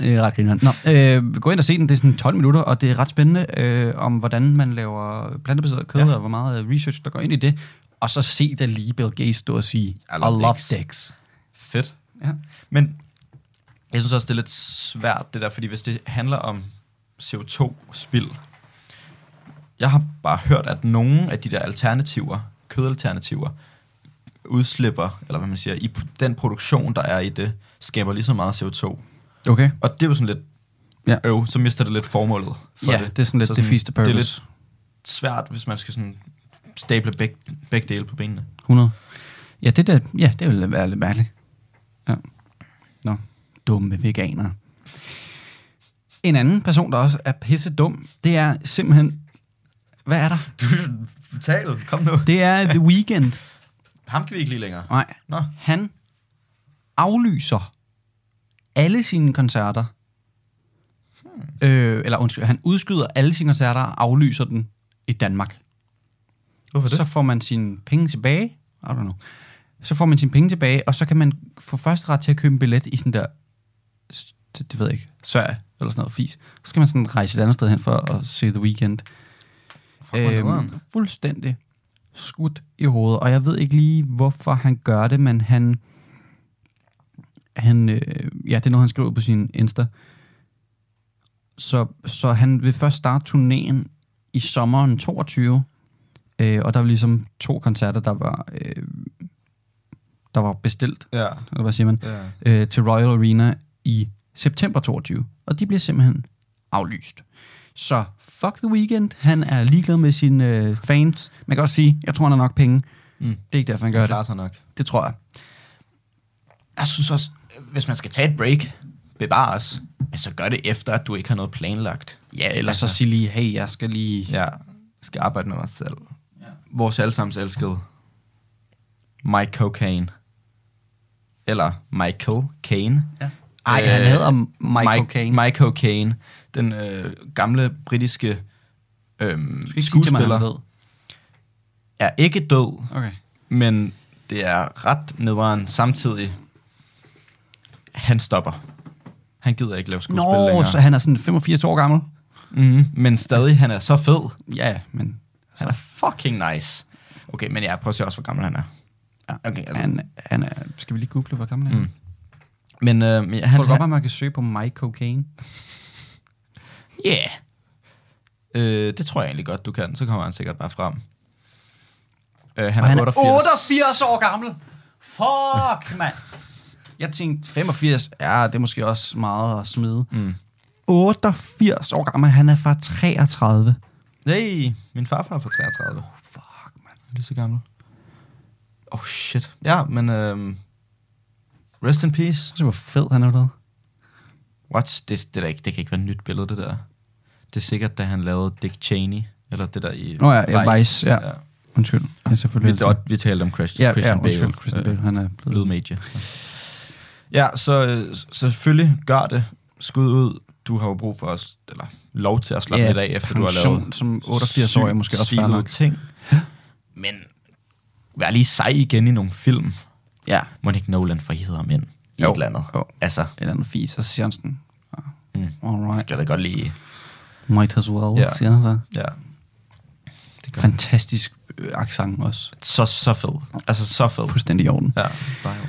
C: Det er ret grinerende. Nå, øh, gå ind og se den, det er sådan 12 minutter, og det er ret spændende, øh, om hvordan man laver plantebaseret kød, ja.
D: Ja.
C: og hvor meget øh, research, der går ind i det. Og så se da lige Bill Gates stå og sige, I love, I love dicks. dicks.
D: Fedt.
C: Ja.
D: Men jeg synes også, det er lidt svært, det der, fordi hvis det handler om CO2-spild, jeg har bare hørt, at nogle af de der alternativer, kødalternativer, udslipper, eller hvad man siger, i p- den produktion, der er i det, skaber lige så meget CO2.
C: Okay.
D: Og det er jo sådan lidt,
C: Ja.
D: ja. øv, så mister det lidt formålet for
C: Ja,
D: det.
C: det er sådan lidt defeats the
D: det er
C: purpose.
D: lidt svært, hvis man skal sådan stable begge, begge dele på benene.
C: 100. Ja, det, der, ja, det ville være lidt mærkeligt. Ja. Nå, dumme veganere. En anden person, der også er pisse dum, det er simpelthen... Hvad er der?
D: Du, tal, kom nu.
C: Det er The Weeknd.
D: Ham kan vi ikke lige længere.
C: Nej,
D: Nå.
C: han aflyser alle sine koncerter. Hmm. Øh, eller undskyld, han udskyder alle sine koncerter og aflyser den i Danmark.
D: Hvorfor
C: Så får man sine penge tilbage. I don't know. Så får man sine penge tilbage, og så kan man få første ret til at købe en billet i sådan der... s- Det, det ved jeg ikke. Sverige eller sådan noget fis. Så skal man sådan rejse et andet sted hen for at se The Weeknd.
D: øhm,
C: fuldstændig skudt i hovedet. Og jeg ved ikke lige, hvorfor han gør det, men han... han øh, ja, det er noget, han skriver på sin Insta. Så, så han vil først starte turnéen i sommeren 22. Øh, og der var ligesom to koncerter, der var, øh, der var bestilt,
D: ja.
C: eller hvad siger man,
D: ja.
C: øh, til Royal Arena i september 22, og de bliver simpelthen aflyst. Så fuck the weekend, han er ligeglad med sine øh, fans. Man kan også sige, jeg tror, han har nok penge. Mm.
D: Mm.
C: Det er ikke derfor, han gør
D: Han
C: det.
D: klarer sig nok.
C: Det tror jeg.
D: Jeg synes også, hvis man skal tage et break, bevares, men så gør det efter, at du ikke har noget planlagt.
C: Ja, eller så sige lige, hey, jeg skal lige...
D: Ja, jeg skal arbejde med mig selv. Ja. Vores allesammens elskede. Mike Cocaine. Eller Michael Caine.
C: Ja. Ej, han
D: Øh,
C: hedder Michael Mike, Caine.
D: Mike Cocaine. Den øh, gamle britiske øh,
C: Du skal ikke sige til mig,
D: skuespiller
C: han ved.
D: er ikke død,
C: Okay.
D: men det er ret nedvaren samtidig. Han stopper. Han gider ikke lave skuespil Nå,
C: Nå,
D: længere.
C: så han er sådan 85 år gammel.
D: Mm, men stadig, han er så fed.
C: Ja, ja, men
D: Han er fucking nice. Okay, men jeg prøver at se også, hvor gammel han er. Ja, okay, altså.
C: han, han er... Skal vi lige google, hvor gammel han er? Mm.
D: Mm. Men øh, men han...
C: Tror du godt, at man kan søge på Mike Cocaine?
D: yeah. Øh, det tror jeg egentlig godt, du kan. Så kommer han sikkert bare frem. Øh, han,
C: Og
D: er 88.
C: 88 år gammel. Fuck, mand. Jeg tænkte, 85, ja, det er måske også meget at smide. Mm. 88 år gammel, han er fra 33.
D: Nej, min farfar er fra 33.
C: Fuck, mand.
D: Han er lige så gammel. Oh shit. Ja, men... Øh, rest in peace.
C: Så hvor fed han er blevet.
D: What? Det, det, er da ikke, det kan ikke være et nyt billede, det der. Det er sikkert, da han lavede Dick Cheney. Eller det der i
C: Nå ja, ja, Vice, ja. Undskyld, jeg er
D: Vi,
C: selvfølgelig...
D: det var, vi talte om Christian,
C: ja,
D: Christian
C: ja, undskyld,
D: Bale.
C: Christian
D: øh,
C: Bale, han er blevet...
D: lydmedie. Ja, så, øh, så selvfølgelig gør det. Skud ud. Du har jo brug for os, eller lov til at slappe
C: Ja,
D: lidt af, efter du har
C: pension
D: lavet
C: som 88 år er måske også fair nok.
D: ting. Men vær lige sej igen i nogle film.
C: Ja,
D: Må ikke Nolan friheder om ind i
C: Jo,
D: et eller andet.
C: jo.
D: Altså,
C: et eller andet fis, og så siger han sådan... "Ah,
D: Mm.
C: Alright,
D: skal jeg da godt lige...
C: might as well,
D: Ja.
C: yeah. siger han så.
D: Ja.
C: Fantastisk øh, accent også.
D: Så, så fed. Altså, så fed.
C: Fuldstændig i orden.
D: Ja, bare jo.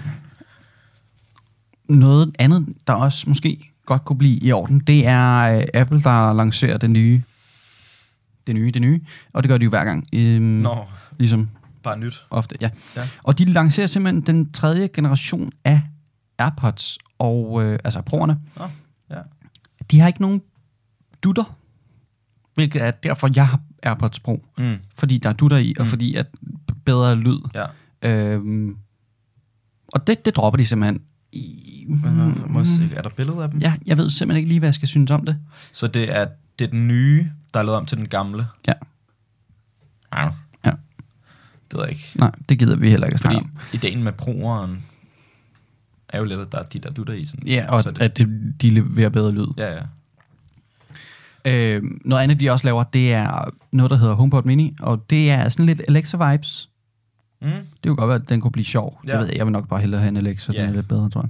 C: noget andet, der også måske godt kunne blive i orden, det er øh, Apple, der lancerer det nye. Det nye, det nye. Og det gør de jo hver gang. Øhm,
D: Nå,
C: Ligesom
D: bare nyt.
C: ofte, ja. ja.
D: Ja.
C: Og de lancerer simpelthen den tredje generation af AirPods, og, øh, altså proerne.
D: Nå, ja.
C: De har ikke nogen dutter, hvilket er derfor, jeg har AirPods Pro.
D: Mm,
C: Fordi der er dutter i, og mm. fordi at bedre lyd.
D: ja.
C: Øhm, og det, det dropper de simpelthen. I,
D: Men, øh, må jeg se, er der billeder af dem?
C: Ja, jeg ved simpelthen ikke lige, hvad jeg skal synes om det.
D: Så det er, det er den nye, der er lavet om til den gamle?
C: Ja.
D: Ja.
C: Ja.
D: Det ved jeg ikke.
C: Nej, det gider vi heller ikke at snakke
D: Fordi
C: om.
D: ideen med proeren er jo lidt, at der er de, der dutter i. Sådan.
C: Ja, og
D: Så det,
C: at det, de leverer bedre lyd. Ja.
D: ja, ja.
C: Øh, noget andet, de også laver, det er noget, der hedder HomePod Mini, og det er sådan lidt Alexa-vibes.
D: Mm.
C: Det kunne godt være, at den kunne blive sjov. Ja.
D: Ja.
C: Det ved jeg, jeg vil nok bare hellere have en Alexa,
D: Ja.
C: den er lidt bedre, tror jeg.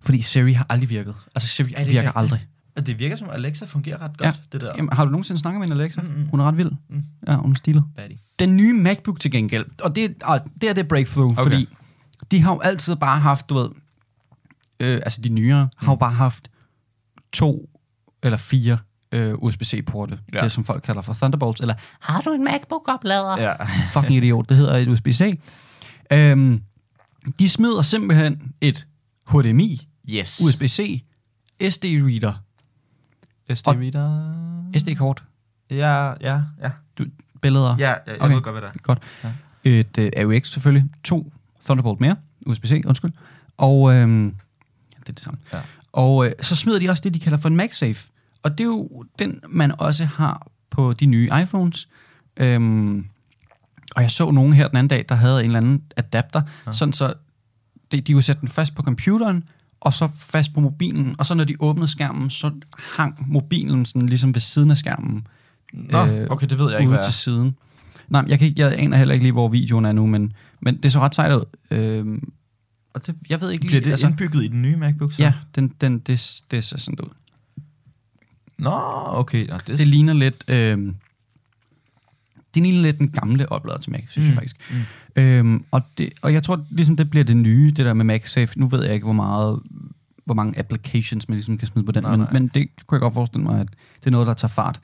C: Fordi Siri har aldrig virket. Altså, Siri
D: Er det
C: virker
D: rigtigt?
C: aldrig.
D: Og det virker som, at Alexa fungerer ret
C: Ja.
D: godt, det der.
C: Jamen, har du nogensinde snakket med en Alexa?
D: Mm, mm.
C: Hun er ret vild.
D: Mm.
C: Ja, hun er stilet.
D: Batty.
C: Den nye MacBook til gengæld, og det, og det er det breakthrough, okay.
D: Okay.
C: fordi de har jo altid bare haft, du ved, øh, altså de nyere, mm. har jo bare haft to eller fire øh, USB-C-porte. Ja.
D: Ja.
C: Det, som folk kalder for Thunderbolts, eller har du en MacBook-oplader?
D: Ja.
C: Fucking idiot, det hedder et USB-C. Øhm, de smider simpelthen et HDMI,
D: Yes.
C: USB-C, SD-reader,
D: SD reader.
C: SD-kort,
D: Ja, ja, ja.
C: du, billeder.
D: Ja, jeg, jeg
C: Okay.
D: ved godt, hvad det er.
C: Godt. Ja. Et øh, AUX selvfølgelig. To Thunderbolt mere. USB-C, undskyld. Og øhm, det er det samme.
D: Ja.
C: Og øh, så smider de også det, de kalder for en MagSafe. Og det er jo den, man også har på de nye iPhones. Øhm, og jeg så nogen her den anden dag, der havde en eller anden adapter, ja. sådan så de, de kunne sætte den fast på computeren, og så fast på mobilen, og så når de åbnede skærmen, så hang mobilen sådan ligesom ved siden af skærmen,
D: Nå,
C: Øh,
D: okay, det ved jeg
C: ude
D: ikke, hvad
C: til
D: er.
C: siden. Nej, men jeg, kan ikke, jeg aner heller ikke lige, hvor videoen er nu, men, men det så ret sejt ud. Øhm, og det, jeg ved ikke
D: Bliver
C: lige...
D: det altså, indbygget i den nye MacBook? Så?
C: ja, den, den, det, det ser sådan ud.
D: Nå, okay. Nå, det,
C: Det ligner lidt... Øhm, det ligner lidt den gamle oplader til Mac, synes mm. jeg
D: Mm,
C: faktisk. Mm. Øhm, og, det, og jeg tror, ligesom det bliver det nye, det der med MagSafe. Nu ved jeg ikke, hvor meget hvor mange applications, man ligesom kan smide på den,
D: Nej,
C: men,
D: nej.
C: men det kunne jeg godt forestille mig, at det er noget, der tager fart.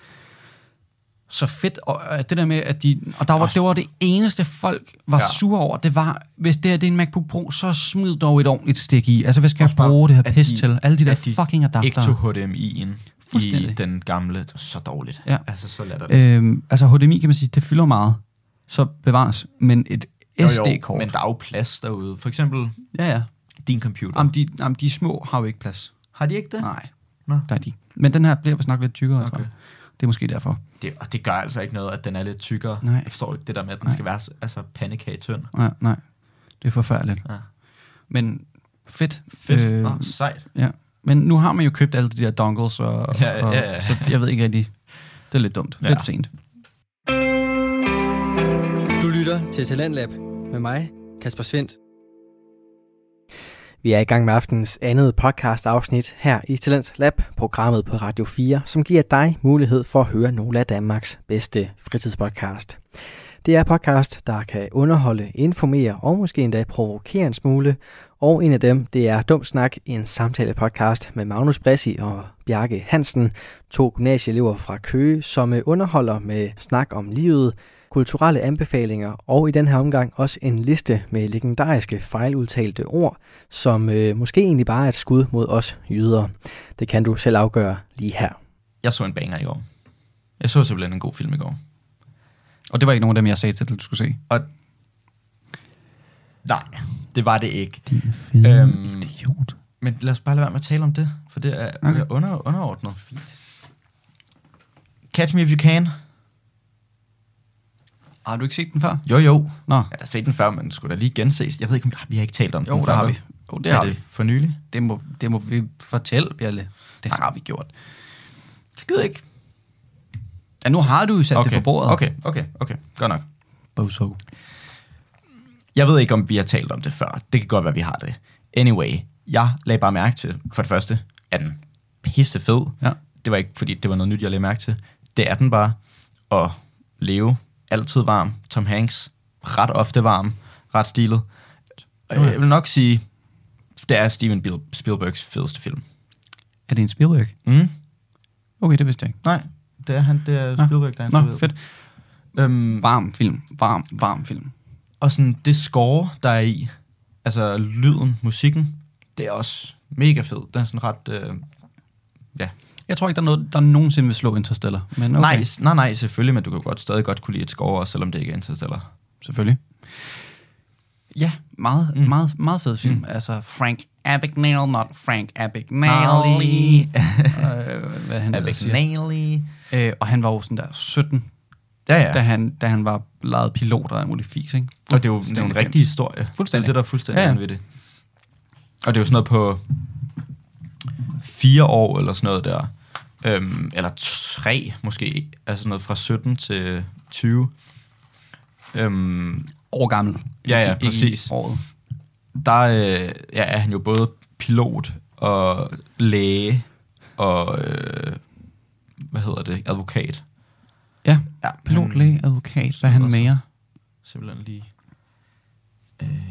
C: Så fedt, og øh, det der med, at de... Og der var, det var det eneste, folk var ja.
D: Ja.
C: sure over, det var, hvis det her det er en MacBook Pro, så smid dog et ordentligt stik i. Altså, hvad skal jeg
D: Også bare,
C: bruge det her
D: at
C: pis
D: de-
C: til? Alle de der
D: at de
C: fucking adapter.
D: ikke tog HDMI'en i
C: Fuldstændig.
D: den gamle. Så dårligt.
C: Ja.
D: Altså, så latterligt.
C: Øhm, altså HDMI kan man sige, det fylder meget, så bevares, men et SD-kort...
D: men der er jo plads derude. For eksempel
C: Ja, ja.
D: din computer.
C: Jamen de, jamen, de små har jo ikke plads.
D: har de ikke det?
C: Nej,
D: Nå.
C: der er de. Men den her bliver vist nok lidt tykkere, okay. tror
D: Okay.
C: jeg. Det er måske derfor.
D: Det, og det gør altså ikke noget, at den er lidt tykkere.
C: Nej.
D: Jeg forstår ikke det der med, at den
C: Nej.
D: skal være så- altså, pandekage tynd.
C: Nej, nej. Det er forfærdeligt.
D: Ja.
C: Men fedt.
D: Fedt. Øh, Nå, sejt.
C: ja. Men nu har man jo købt alle de der dongles, og,
D: Ja, ja, ja.
C: og, så jeg ved ikke rigtig... Det er lidt dumt. Ja.
D: Ja.
C: Lidt sent.
A: Du lytter til Talentlab med mig, Kasper Svendt.
B: Vi er i gang med aftenens andet podcast afsnit her i Talents Lab, programmet på Radio 4, som giver dig mulighed for at høre nogle af Danmarks bedste fritidspodcast. Det er podcast, der kan underholde, informere og måske endda provokere en smule. Og en af dem, det er Dum Snak, en samtalepodcast med Magnus Bressi og Bjarke Hansen, to gymnasieelever fra Køge, som øh, underholder med snak om livet, kulturelle anbefalinger og i den her omgang også en liste med legendariske fejludtalte ord, som øh, måske egentlig bare er et skud mod os jøder. Det kan du selv afgøre lige her.
D: Jeg så en banger i går. Jeg så simpelthen en god film i går.
C: Og det var ikke nogen af dem, jeg sagde til dig, du skulle se.
D: Og nej, det var det ikke.
C: De fede
D: Øhm.
C: idiot.
D: Men lad os bare lade være med at tale om det, for det er
C: Okay.
D: okay. under, underordnet. Fint. Catch Me If You Can.
C: Har du ikke set den før?
D: Jo, jo.
C: Nå.
D: Jeg har da set den før, men den skulle da lige genses. Jeg ved ikke, om vi har ikke talt om
C: Jo,
D: den
C: der
D: før,
C: har
D: vel?
C: vi. Jo, det
D: er
C: har
D: det
C: vi.
D: for nylig?
C: Det må, det må vi fortælle, Bjelle. Det har vi gjort.
D: Jeg gider ikke.
C: Ja, nu har du jo sat okay. det på bordet.
D: Okay, okay, okay. Godt nok.
C: Bozo.
D: Jeg ved ikke, om vi har talt om det før. Det kan godt være, vi har det. Anyway, jeg lagde bare mærke til, for det første, at den pisse fed.
C: Ja.
D: Det var ikke, fordi det var noget nyt, jeg lagde mærke til. Det er den bare. Og Leo, altid varm. Tom Hanks, ret ofte varm. Ret stilet. Og
C: Okay.
D: Jeg vil nok sige, det er Steven Bil- Spielbergs fedeste film.
C: Er det en Spielberg?
D: Mm?
C: Okay, det vidste jeg ikke.
D: Nej, det er han. Det er
C: Nå.
D: Spielberg, der er
C: Nå,
D: interviewet.
C: fedt.
D: Øhm,
C: Varm film. Varm, varm film.
D: Og sådan det score, der er i, altså lyden, musikken, det er også mega fed. Den er sådan ret... Øh, ja.
C: Jeg tror ikke, der er noget, der nogensinde vil slå Interstellar. Men okay.
D: Okay. Nice. Nej, nej, selvfølgelig, men du kan godt stadig godt kunne lide et score, også selvom det ikke er Interstellar.
C: Selvfølgelig. Ja, meget, mm.
D: Mm.
C: meget, meget fed film. Mm. Altså Frank Abagnale, not Frank Abagnale. øh, hvad han ellers siger.
D: Abagnale.
C: Øh, og han var jo sådan der 17,
D: Ja,
C: ja. da,
D: ja.
C: han, da han var lejet pilot og alt muligt fisk, ikke?
D: Og det er jo det er jo en rigtig historie.
C: Fuldstændig.
D: Det er det, der er fuldstændig
C: Ja, ja.
D: ja. ved det. Og det er jo sådan noget på fire år eller sådan noget der. Øhm, eller tre måske. Altså sådan noget fra 17 til 20. Øhm,
C: år gammel.
D: Ja, ja,
C: I- i
D: præcis.
C: Året.
D: der øh, ja, er han jo både pilot og læge og, øh, hvad hedder det, advokat.
C: Ja,
D: Ja,
C: pilot,
D: han-
C: læge, advokat, hvad er han
D: Også.
C: mere?
D: Simpelthen lige... Øh,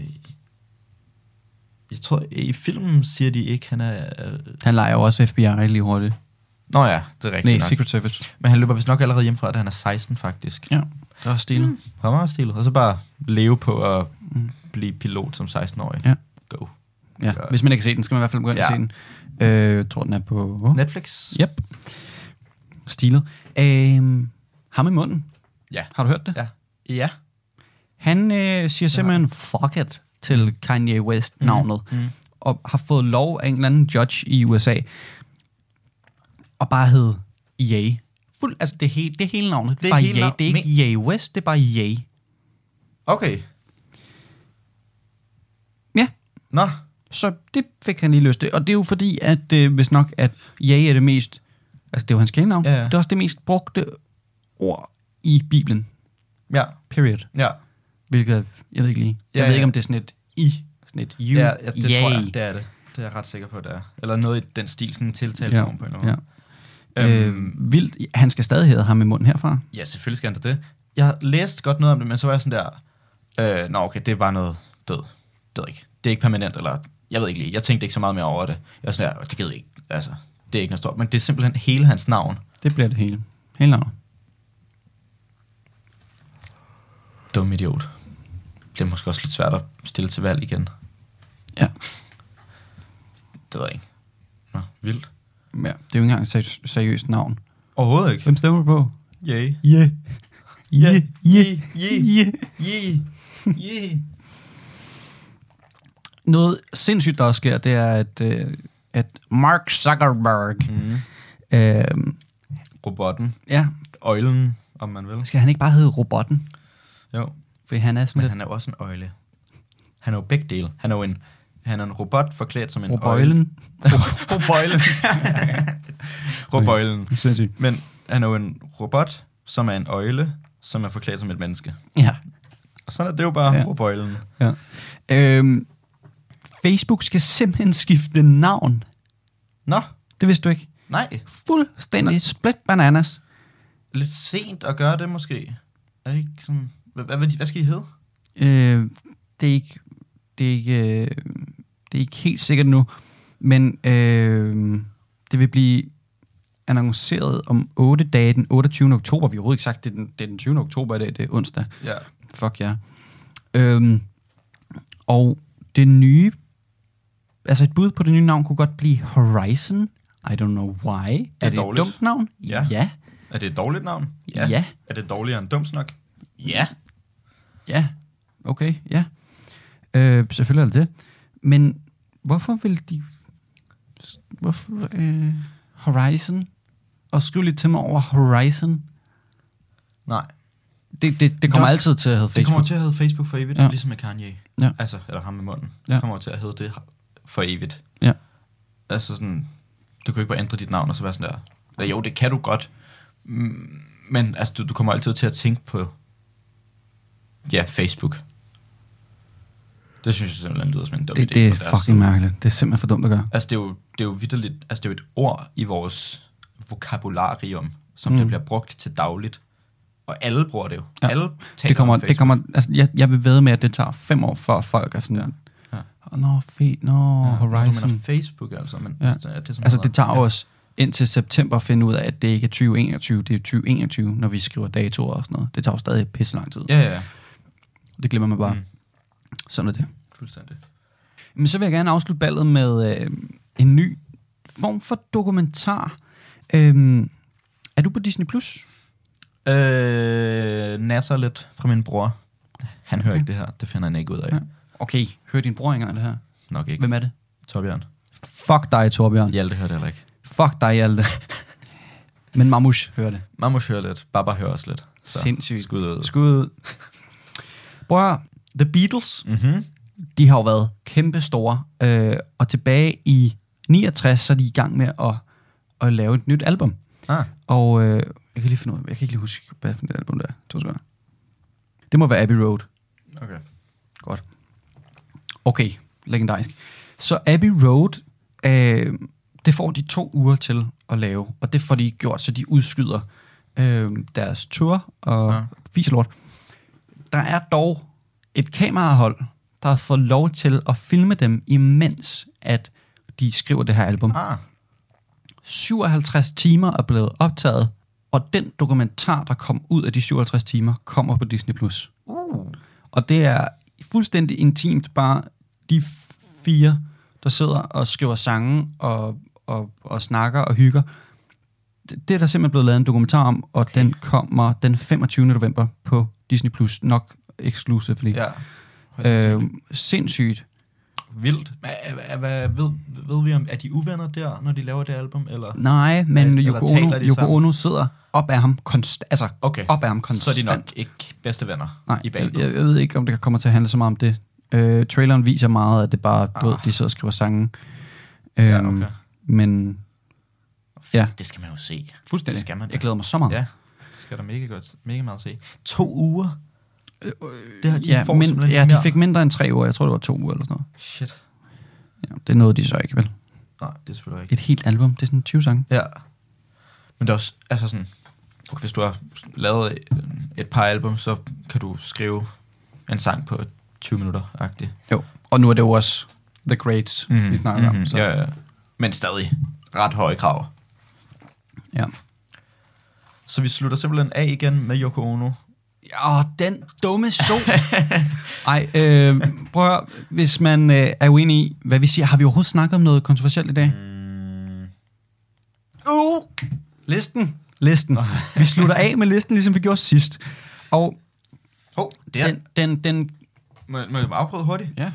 D: jeg tror, i filmen siger de ikke, han er... Øh,
C: Han leger jo også FBI lige hurtigt.
D: nå ja, det er rigtigt
C: Nej,
D: nok.
C: Secret Service.
D: Men han løber vist nok allerede hjem fra, da han er 16 faktisk.
C: Ja, der er stilet. Mm.
D: Han er meget stilet. Og så bare leve på at blive pilot som 16-årig.
C: Ja.
D: Go.
C: Ja,
D: Godt.
C: hvis man ikke har set den, skal man i hvert fald gå ind ja. og
D: Ja.
C: se den. Øh, jeg tror, den er på... Hvor?
D: Netflix?
C: Yep. Stilet. Øh, ham i munden.
D: Ja.
C: Har du hørt det?
D: Ja. Ja.
C: Han øh, siger simpelthen fuck it til Kanye West-navnet, mm. Mm. og har fået lov af en eller anden judge i USA og bare hed Ye. Fuld, altså det, he, det er hele navnet. Det er, bare
D: hele
C: Ye.
D: navn-
C: Det er ikke Ye West, det er bare Ye.
D: Okay.
C: Ja,
D: Nå.
C: Så det fik han lige lyst til. Og det er jo fordi, at øh, hvis nok, at jeg er det mest... Altså, det er jo hans kælenavn.
D: Ja, ja.
C: Det er også det mest brugte ord i Bibelen.
D: Ja,
C: Period.
D: ja.
C: Hvilket, er- jeg ved ikke lige. Jeg
D: Ja,
C: ved
D: ja.
C: ikke, om det er sådan et i. Sådan et you,
D: ja, ja det
C: yay.
D: tror jeg, det er det. Det er jeg ret sikker på, det er. Eller noget i den stil, sådan en tiltaleform på en eller anden
C: ja.
D: måde.
C: ja.
D: Øhm.
C: Øh, vildt. Han skal stadig hedde ham i munden herfra.
D: Ja, selvfølgelig skal han da det. Jeg læste godt noget om det, men så var jeg sådan der, øh, nå okay, det er bare noget død. Det ved jeg ikke. Det er ikke permanent, eller jeg ved ikke lige. Jeg tænkte ikke så meget mere over det. Jeg var sådan der, det gider jeg ikke. Altså, det er ikke noget stort. Men det er simpelthen hele hans navn.
C: Det bliver det hele. Hele navnet.
D: Dum idiot. Det er måske også lidt svært at stille til valg igen.
C: Ja.
D: Det ved jeg ikke. Nå, vildt.
C: ja. Det er jo ikke engang et seri- seriøst navn.
D: Overhovedet ikke.
C: Hvem stemmer du på?
D: Yay.
C: Yeah.
D: Ja.
C: Yeah. Yeah.
D: Yeah.
C: Yeah.
D: Yeah. Yeah.
C: Noget sindssygt, der også sker, det er, at, øh, at Mark Zuckerberg,
D: Mm.
C: øh,
D: Robotten.
C: ja,
D: Øjlen, om man vil.
C: skal han ikke bare hedde robotten?
D: Jo.
C: For han er sådan
D: Men
C: lidt
D: han er jo også en øjle. Han er jo begge dele. Han er jo en, han er en robot forklædt som en øjle.
C: robøjlen.
D: Robøjlen. Robøjlen.
C: Sindssygt.
D: Men han er jo en robot, som er en øjle, som er forklædt som et menneske.
C: Ja.
D: Og sådan er det jo bare
C: Ja.
D: ja. robøjlen.
C: ja. Øhm, Facebook skal simpelthen skifte navn.
D: Nå,
C: Det vidste du ikke.
D: nej.
C: Fuldstændig split bananas.
D: Lidt sent at gøre det måske. Er det ikke sådan... Hvad, hvad, vil de- hvad skal I hedde?
C: Øh, det er ikke, det er ikke, øh, det er ikke helt sikkert nu, men øh, det vil blive annonceret om 8 dage, den 28. oktober. Vi har overhovedet ikke sagt, det er den, det er den 20. oktober i dag, det er onsdag.
D: Ja.
C: Fuck ja. Yeah. Øhm, og det nye, altså et bud på det nye navn kunne godt blive Horizon. I don't know why. Det er, er det et
D: dårligt.
C: dumt navn?
D: Ja.
C: Ja.
D: Er det et dårligt navn?
C: Ja.
D: Er det dårligere end dumsnak?
C: Ja. Ja. Okay, ja. Øh, selvfølgelig er det det. Men hvorfor vil de... Hvorfor... Øh, Horizon? Og skriv lige til mig over Horizon.
D: Nej.
C: Det, det, det kommer
D: også-
C: altid til at hedde
D: Det
C: Facebook.
D: kommer til at hedde Facebook for evigt,
C: Ja.
D: ja. ligesom med Kanye.
C: Ja.
D: Altså, eller ham med munden.
C: Ja.
D: Ja. kommer til at hedde det for evigt.
C: Ja.
D: Altså sådan, du kan jo ikke bare ændre dit navn og så være sådan der. Eller, jo, det kan du godt. Mm, Men altså, du, du kommer altid til at tænke på, ja, Facebook. Det synes jeg simpelthen lyder som en dum
C: Det,
D: idé.
C: det er
D: fra deres
C: fucking
D: side.
C: mærkeligt. Det er simpelthen for dumt at gøre.
D: Altså, det er jo, det er jo vidderligt, altså, det er jo et ord i vores vokabularium, som mm. det bliver brugt til dagligt. Og alle bruger det jo.
C: Ja.
D: Ja. Alle taler
C: Det kommer,
D: om
C: det
D: Facebook.
C: kommer, altså, jeg, jeg vil ved med, at det tager fem år, før folk er sådan, ja.
D: Ja.
C: Oh, nå, fe, nå, ja,
D: Du
C: Horizon.
D: mener Facebook altså, men
C: Ja.
D: ja. det, er som
C: Altså,
D: hedder-
C: det tager
D: ja.
C: os indtil september at finde ud af, at det ikke er 2021, det er 2021, når vi skriver datoer og sådan noget. Det tager jo stadig pisse lang tid.
D: Ja, ja, ja.
C: Det glemmer man bare. Mm.
D: Mm.
C: Sådan er det.
D: Fuldstændig.
C: Men så vil jeg gerne afslutte ballet med øh, en ny form for dokumentar. Øh, er du på Disney+. Plus?
D: Øh, nasser lidt fra min bror. Han hører
C: Okay.
D: ikke det her. Det finder han ikke ud af.
C: Ja.
D: Ja.
C: Okay, hør din bror ikke engang det her.
D: Nok ikke.
C: Hvem er det?
D: Torbjørn.
C: Fuck dig, Torbjørn.
D: Hjalte hører det heller ikke.
C: Fuck dig, Hjalte. Men Mamush hører det.
D: Mamus hører lidt. Baba hører også lidt.
C: Sindssygt.
D: Skud ud.
C: Skud ud. Prøv at høre. The Beatles,
D: Mm-hmm.
C: de har jo været kæmpe store. Øh, og tilbage i 69, så er de i gang med at, at lave et nyt album.
D: Ah,
C: Og øh, jeg kan lige finde ud af, jeg kan ikke lige huske, hvad for et album det er. To sekunder. Det må være Abbey Road.
D: okay.
C: Godt. Okay, legendarisk. Så Abbey Road, øh, det får de to uger til at lave, og det får de gjort, så de udskyder øh, deres tur og ja.
D: Ja.
C: fiselort. Der er dog et kamerahold, der har fået lov til at filme dem, imens at de skriver det her album.
D: Ah,
C: 57 timer er blevet optaget, og den dokumentar, der kom ud af de 57 timer, kommer på Disney+. Plus. Uh. Og det er fuldstændig intimt, bare de fire, der sidder og skriver sange og, og, og snakker og hygger. Det, det er der simpelthen blevet lavet en dokumentar om, og okay. den kommer den 25. november på Disney+, Plus, nok exclusively.
D: ja.
C: Øh, sindssygt.
D: Vildt. Hva- hva- Hvad ved, ved vi om, er de uvenner der, når de laver det album? Eller?
C: Nej, men
D: Eller
C: Yoko
D: taler
C: Ono,
D: de
C: Yoko
D: sammen?
C: Ono sidder op af ham konstant. Altså,
D: Okay.
C: op af ham
D: Så
C: konstant.
D: er de nok ikke bedste venner
C: Nej,
D: i
C: jeg,
D: banen.
C: jeg, jeg ved ikke, om det kommer til at handle så meget om det Øh, traileren viser meget, at det bare, du ved, de sidder og skriver sange. Øhm, Ah. ja,
D: okay.
C: okay. Men Ja.
D: Det skal man jo se.
C: fuldstændig,
D: Det skal man da.
C: jeg glæder mig så meget.
D: Ja, det skal der mega, godt, mega meget se. To uger? Det har de
C: Øh, ja,
D: får
C: men,
D: simpelthen
C: ja, de
D: mere.
C: fik mindre end tre uger. Jeg tror, det var to uger eller sådan noget.
D: Shit.
C: Ja, det nåede de så ikke, vel?
D: Nej, det er selvfølgelig rigtigt.
C: Et helt album, det er sådan 20 sange.
D: Ja. Men det er også, altså sådan, okay, hvis du har lavet øh, et par album, så kan du skrive en sang på 20 minutter agtigt
C: Jo, og nu er det jo også The Greats, mm. vi snakker mm-hmm. om. Så,
D: Ja, ja. Men stadig ret høje krav.
C: ja.
D: Så vi slutter simpelthen af igen med Yoko Ono.
C: Åh, den dumme sol. Ej, øh, prøv at høre, hvis man øh, er uenig i, hvad vi siger, har vi overhovedet snakket om noget kontroversielt i dag? Mm. Uh, listen, listen. vi slutter af med listen, ligesom vi gjorde sidst. Og
D: Hov, det
C: den, den, den,
D: Må, må jeg afprøve hurtigt?
C: ja,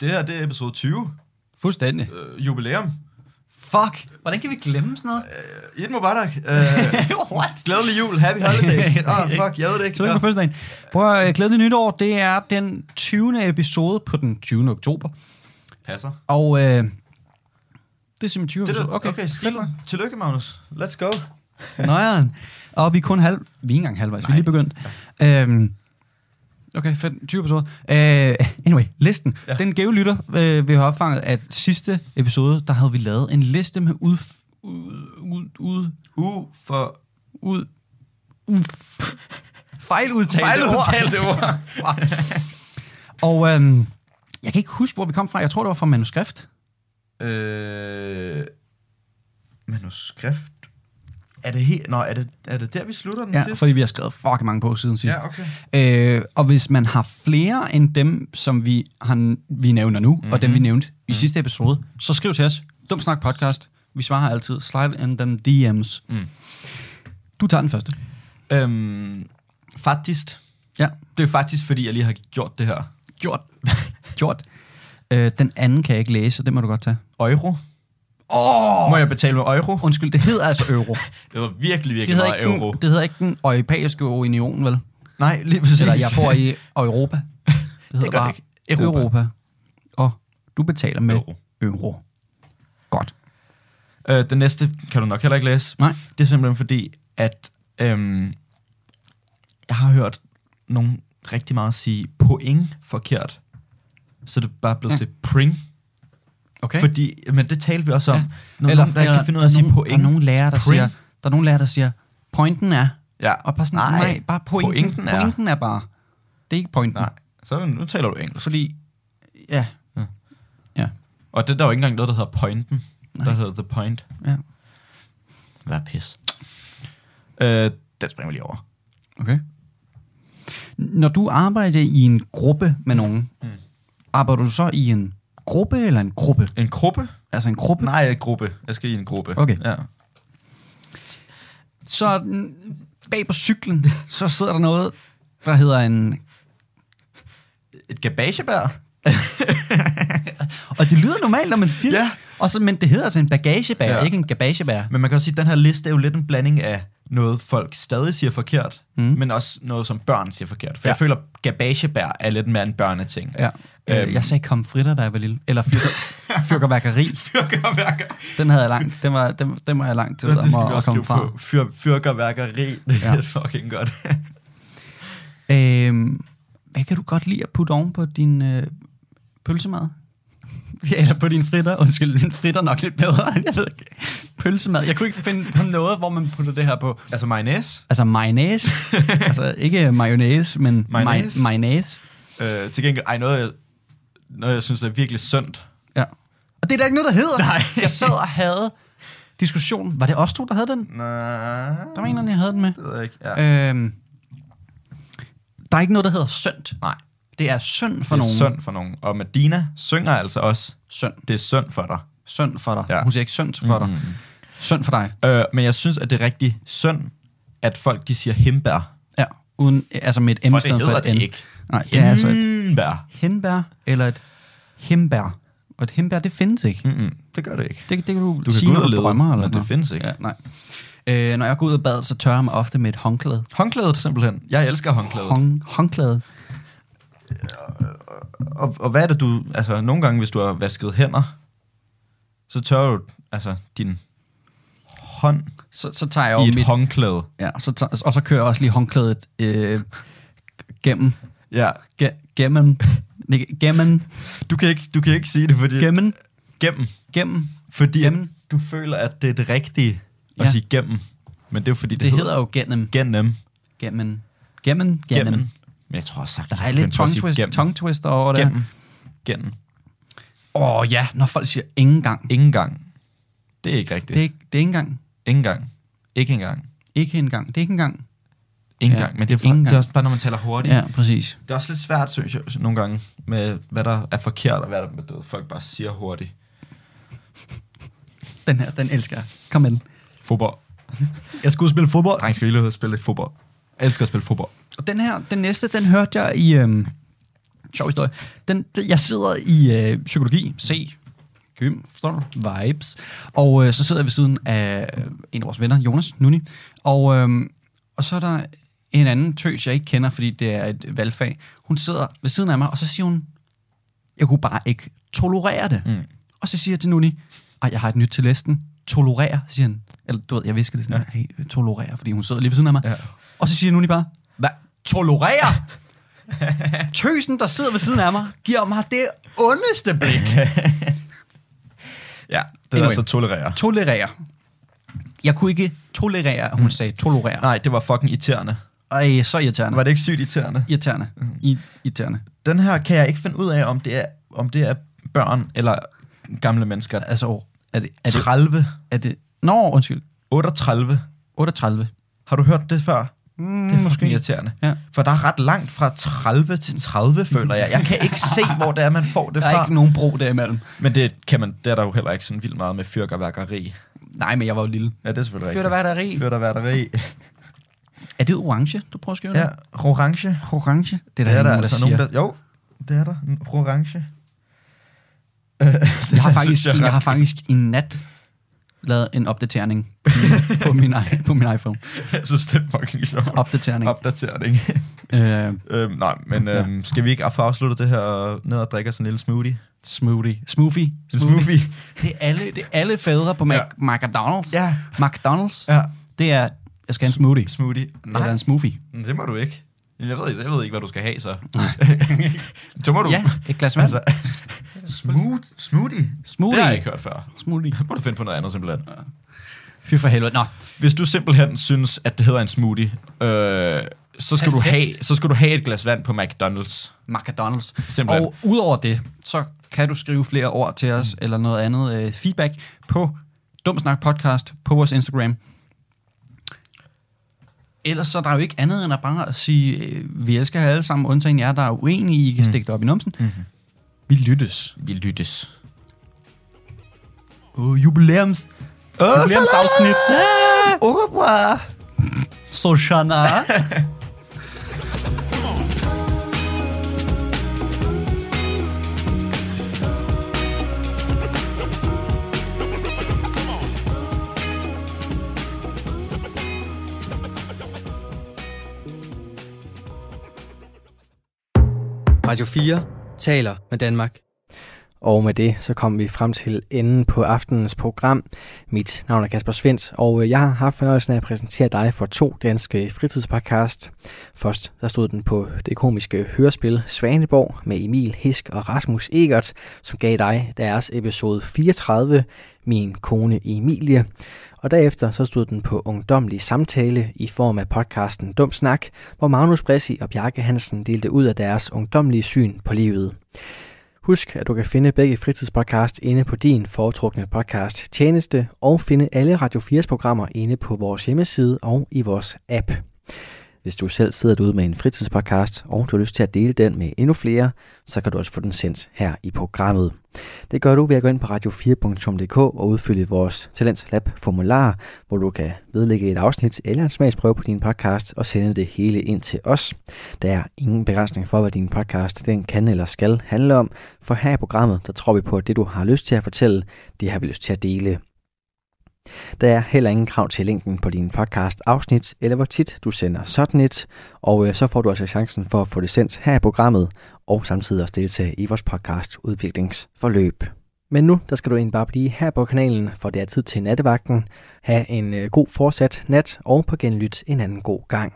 D: Det her, det er episode 20.
C: fuldstændig.
D: Øh, jubilæum.
C: Fuck, hvordan kan vi glemme sådan noget?
D: Øh, Id Mubarak. Øh,
C: What?
D: glædelig jul. Happy holidays. Åh, oh, fuck, jeg ved det ikke.
C: Tillykke med
D: Nå.
C: fødselsdagen. Prøv at øh, glædelig nytår. Det er den 20. episode på den 20. oktober.
D: Passer.
C: Og øh, det er simpelthen 20.
D: Det er
C: episode.
D: det. Okay, okay stil. Tillykke, Magnus. Let's go.
C: Nøjeren. Og vi er kun halv... Vi er ikke engang halvvejs. Nej. Vi er lige begyndt. Øhm, okay, fedt. 20 episoder. Øh, anyway, listen. Ja. Den gave lytter øh, vil have opfanget, at sidste episode, der havde vi lavet en liste med ud... ud, ud, ud
D: U for
C: ud, ud fejludtalte,
D: fejludtalte ord.
C: ord. Og øhm, jeg kan ikke huske, hvor vi kom fra. Jeg tror, det var fra manuskript.
D: øh, manuskript. Er det helt... Nå, er det, er det der, vi slutter den
C: Ja,
D: sidste?
C: fordi vi har skrevet fucking mange på siden sidst.
D: Ja, okay.
C: Øh, og hvis man har flere end dem, som vi, han, vi nævner nu, mm-hmm. og
D: Mhm.
C: dem vi nævnte i sidste episode, så skriv til os. Dum Snak Podcast. Vi svarer altid. Slide in them DM's.
D: Mm.
C: Du tager den første.
D: Øhm, faktisk.
C: Ja.
D: Det er faktisk, fordi jeg lige har gjort det her.
C: Gjort. Gjort. Øh, den anden kan jeg ikke læse, så den må du godt tage.
D: Euro.
C: Åh!
D: Må jeg betale med euro?
C: Undskyld, det hedder altså euro.
D: Det var virkelig,
C: Det
D: virkelig
C: hedder,
D: meget
C: ikke
D: euro.
C: den, det hedder ikke den europæiske union, vel?
D: Nej, lige præcis.
C: Eller jeg bor i Europa. Det hedder
D: gør
C: bare
D: det ikke. Europa.
C: Europa. Europa. Og du betaler med
D: Euro.
C: euro. euro. Godt.
D: Øh, den næste kan du nok heller ikke læse.
C: Nej.
D: Det er simpelthen fordi, at øhm, jeg har hørt nogen rigtig meget sige point forkert. Så det er bare blevet ja.
C: Ja.
D: til pring.
C: Okay.
D: Fordi, men det talte vi også om. Ja. Når
C: eller,
D: eller, nogen, der ikke
C: eller
D: kan finde ud af at
C: der er
D: sige
C: nogen- Der er
D: point.
C: nogen lærer, der
D: Pring.
C: siger, der er nogen lærer, der siger, pointen er,
D: Ja.
C: og bare sådan, nej, nej bare pointen,
D: Pointen
C: pointen,
D: er.
C: er. pointen er bare. Det er ikke pointen.
D: Nej, så nu taler du engelsk.
C: Fordi, ja,
D: Ja.
C: ja, ja,
D: Og det er der er jo ikke engang noget, der hedder pointen. Nej. Der hedder the point.
C: ja.
D: Hvad pis. Øh, den springer vi lige over.
C: okay. Når du arbejder i en gruppe med nogen, mm. arbejder du så i en gruppe eller en gruppe?
D: En gruppe?
C: Altså en gruppe?
D: Nej, en gruppe. Jeg skal i en gruppe.
C: Okay.
D: Ja.
C: Så mm, bag på cyklen, så sidder der noget, der hedder en...
D: Et gabagebær?
C: Og det lyder normalt, når man siger
D: Ja.
C: det. Og så, men det hedder altså en bagagebær,
D: Ja.
C: ja. ikke en gabagebær.
D: Men man kan også sige, at den her liste er jo lidt en blanding af noget, folk stadig siger forkert, mm. men også noget, som børn siger forkert. For ja.
C: Ja.
D: jeg føler, at gabagebær er lidt mere en børneting.
C: Ja.
D: Øhm.
C: Øh, jeg sagde komfritter, da jeg var lille. Eller fyrker- fyrkerværkeri.
D: Fyrkerværker.
C: Den havde jeg langt. Den var, den, den var jeg langt til
D: Det, det
C: om
D: skal
C: at,
D: vi
C: at
D: også
C: komme
D: skrive
C: fra.
D: på. Fyr, fyrkerværkeri. Det er
C: Ja.
D: fucking godt.
C: Øhm, hvad kan du godt lide at putte oven på din øh, pølsemad? Ja, eller på din fritter. Undskyld, din fritter er nok lidt bedre. Jeg ved ikke. Pølsemad. Jeg kunne ikke finde på noget, hvor man putter det her på.
D: altså mayonnaise
C: Altså mayonnaise. altså ikke mayonnaise, men
D: Mayonnaise.
C: mayonnaise. mayonnaise.
D: øh, til gengæld, ej, noget, jeg, noget, jeg synes er virkelig sundt.
C: Ja. Og det er da ikke noget, der hedder. Nej. Jeg sad og havde diskussion. Var det os to, der havde den?
D: Nej,
C: Der var en, af dem, jeg havde den med.
D: det ved jeg ikke. Ja.
C: Øhm, der er ikke noget, der hedder synd.
D: Nej,
C: Det er synd for
D: det er
C: nogen.
D: synd for nogen. Og Medina synger altså også,
C: Synd.
D: det er synd for dig.
C: Synd for dig.
D: Ja. Mm-hmm.
C: Ja. Hun siger ikke synd for dig. Synd for dig.
D: Øh, men jeg synes, at det er rigtig synd, at folk de siger himbær.
C: Ja. Uden, altså med et M
D: For
C: i
D: det
C: stedet for
D: hedder
C: et N.
D: det ikke.
C: Nej, det er altså et
D: Himbær.
C: henbær eller et himbær. Og et himbær, det findes ikke.
D: Mm-mm, det gør det ikke.
C: Det, det kan du,
D: Mm. kan
C: sige,
D: gå ud
C: når
D: og
C: du
D: lede,
C: drømmer. Eller
D: men
C: sådan
D: det
C: noget.
D: findes ikke.
C: Ja, nej. Øh, når jeg går ud af badet, så tørrer jeg mig ofte med et håndklæde.
D: Håndklædet simpelthen. Jeg elsker håndklædet.
C: Hånd, håndklæde.
D: og, og hvad er det, du... Altså, nogle gange, hvis du har vasket hænder, så tørrer du altså, din hånd
C: Så, så tager jeg
D: og i
C: jo
D: et
C: mit...
D: mit... håndklæde.
C: Ja, og så, tager, og så kører jeg også lige håndklædet øh, gennem...
D: Ja.
C: Ge, gennem... nej, Gennem...
D: Du kan, ikke, du kan ikke sige det, fordi...
C: Gennem...
D: Gennem.
C: Gennem...
D: Fordi
C: Gennem.
D: gennem. du føler, at det er det rigtige at
C: Ja.
D: ja. sige gennem. Men det er jo fordi, det,
C: Det hedder jo gennem.
D: gennem.
C: Gennem. Gennem. Gennem.
D: Gennem. Men jeg tror også sagt,
C: Der er lidt tongue, twist, tongue twister over det.
D: Gennem. Gennem.
C: Åh oh, ja, når folk siger ingen gang.
D: Ingen gang. Det er ikke rigtigt.
C: Det er,
D: Det...
C: ikke, det er ikke engang.
D: Ingen gang. Ikke engang.
C: Ikke engang. Det er ikke engang.
D: Ingen
C: Ja,
D: ja, gang. Men det er, for,
C: ingen
D: det
C: gang.
D: er også bare, når man taler hurtigt.
C: Ja, præcis.
D: Det er også lidt svært, synes jeg, nogle gange, med hvad der er forkert og hvad der er død. Folk bare siger hurtigt.
C: Den her, den elsker jeg. Kom med den.
D: Fodbold.
C: Jeg skulle spille fodbold.
D: Dreng, skal vi lige ud og spille lidt fodbold? Jeg elsker at spille fodbold.
C: Og den her, den næste, den hørte jeg i... Øhm, sjov historie. Den, jeg sidder i øh, psykologi, C, gym, forstår du? Vibes. Og øh, så sidder jeg ved siden af øh, en af vores venner, Jonas Nuni. Og, øh, og så er der en anden tøs, jeg ikke kender, fordi det er et valgfag. Hun sidder ved siden af mig, og så siger hun, jeg kunne bare ikke tolerere det. Mm. Og så siger jeg til Nuni, ej, jeg har et nyt til listen. Tolerere, siger han. Eller du ved, jeg visker det sådan, ja. hey, tolerere, fordi hun sidder lige ved siden af mig. Ja.
D: Ja.
C: Og så siger Nuni bare, hvad? Tolerere? Tøsen, der sidder ved siden af mig, giver mig det ondeste blik.
D: Ja, det er
C: Anyway.
D: altså tolerere.
C: Tolerere. Jeg kunne ikke tolerere, at hun sagde tolerere.
D: Nej, det var fucking irriterende.
C: Ej, så irriterende.
D: Var det ikke sygt irriterende?
C: Irriterende. I, irriterende.
D: Den her kan jeg ikke finde ud af, om det er, om det er børn eller gamle mennesker.
C: Altså, er det, er det,
D: 30.
C: er det... Nå, undskyld.
D: 38.
C: 38.
D: Har du hørt det før? Mm, det er fucking irriterende.
C: Ja.
D: For der er ret langt fra 30 til 30, føler jeg. Jeg kan ikke se, hvor det er, man får det
C: Der er
D: fra.
C: ikke nogen bro derimellem.
D: Men det, kan man, det er der jo heller ikke sådan vildt meget med fyrkerværkeri.
C: Nej, men jeg var jo lille.
D: Ja, det er selvfølgelig
C: Fyr der værderi.
D: Fyrkerværkeri.
C: Er det orange, du prøver at skrive
D: Ja,
C: det?
D: orange.
C: Orange? Det er der,
D: Det
C: ikke nogen,
D: er der
C: der
D: altså
C: siger.
D: nogen, der... Jo, det er der. En Orange.
C: Jeg har,
D: Jeg
C: faktisk,
D: synes, jeg
C: jeg,
D: er
C: jeg
D: ret-
C: har faktisk i nat lavet en opdatering på min, på min, i- på min iPhone.
D: Jeg synes, det er fucking sjovt.
C: Opdatering. Op.
D: Opdatering.
C: Øh,
D: øhm, nej, men
C: Ja.
D: øhm, skal vi ikke få afsluttet det her og ned og drikke os en lille smoothie?
C: smoothie. Smoothie.
D: En smoothie.
C: Det er alle, det er alle fædre på Mac,
D: Ja.
C: McDonald's.
D: Ja.
C: McDonald's.
D: Ja.
C: Det er, jeg skal have en smoothie.
D: Smoothie.
C: Nej. Eller en smoothie.
D: Men Det må du ikke. Jamen, Jeg ved, ikke- jeg ved ikke, hvad du skal have, så. så må du...
C: Ja, et glas vand. Altså,
D: smooth, smoothie? Det
C: smoothie.
D: har jeg ikke hørt før.
C: Smoothie.
D: Så må du finde på noget andet, simpelthen.
C: Fy for helvede. Nå,
D: Hvis du simpelthen synes, at det hedder en smoothie, øh, så, skal du
C: Perfekt.
D: have, så skal du have et glas vand på McDonald's.
C: McDonald's.
D: Simpelthen.
C: Og udover det, så kan du skrive flere ord til os, mm. eller noget andet øh, feedback på Dumsnak Podcast på vores Instagram. Ellers så er der jo ikke andet end at bare at sige, øh, vi elsker jer alle sammen, undtagen jer, der er uenige, I kan mm. stikke det op i numsen. Mm-hmm. Vi lyttes.
D: Vi lyttes.
C: Uh, jubilæums. Jubilæumsafsnit.
D: Au revoir.
C: Soshana.
A: Radio 4 taler med Danmark.
B: Og med det så kom vi frem til enden på aftenens program. Mit navn er Kasper Svendt, og øh, jeg har haft fornøjelsen af at præsentere dig for to danske fritidspodcast. Først der stod den på det komiske hørespil Svaneborg med Emil Hisk og Rasmus Egert, som gav dig deres episode 34, Min kone Emilie. Og derefter så stod den på ungdomlig samtale i form af podcasten Dum Snak, hvor Magnus Bressi og Bjarke Hansen delte ud af deres ungdomlige syn på livet. Husk, at du kan finde begge fritidspodcast inde på din foretrukne podcast tjeneste og finde alle Radio 4's programmer inde på vores hjemmeside og i vores app. Hvis du selv sidder derude med en fritidspodcast, og du har lyst til at dele den med endnu flere, så kan du også få den sendt her i programmet. Det gør du ved at gå ind på radio4.dk og udfylde vores Talents Lab formular, hvor du kan vedlægge et afsnit eller en smagsprøve på din podcast og sende det hele ind til os. Der er ingen begrænsning for, hvad din podcast den kan eller skal handle om, for her i programmet, der tror vi på, at det du har lyst til at fortælle, det har vi lyst til at dele. Der er heller ingen krav til linken på din podcast afsnit, eller hvor tit du sender sådan et, og øh, så får du altså chancen for at få det sendt her i programmet, og samtidig også deltage i vores podcast udviklingsforløb. Men nu, der skal du egentlig bare blive her på kanalen, for det er tid til nattevagten. Ha' en øh, god fortsat nat, og på genlyt en anden god gang.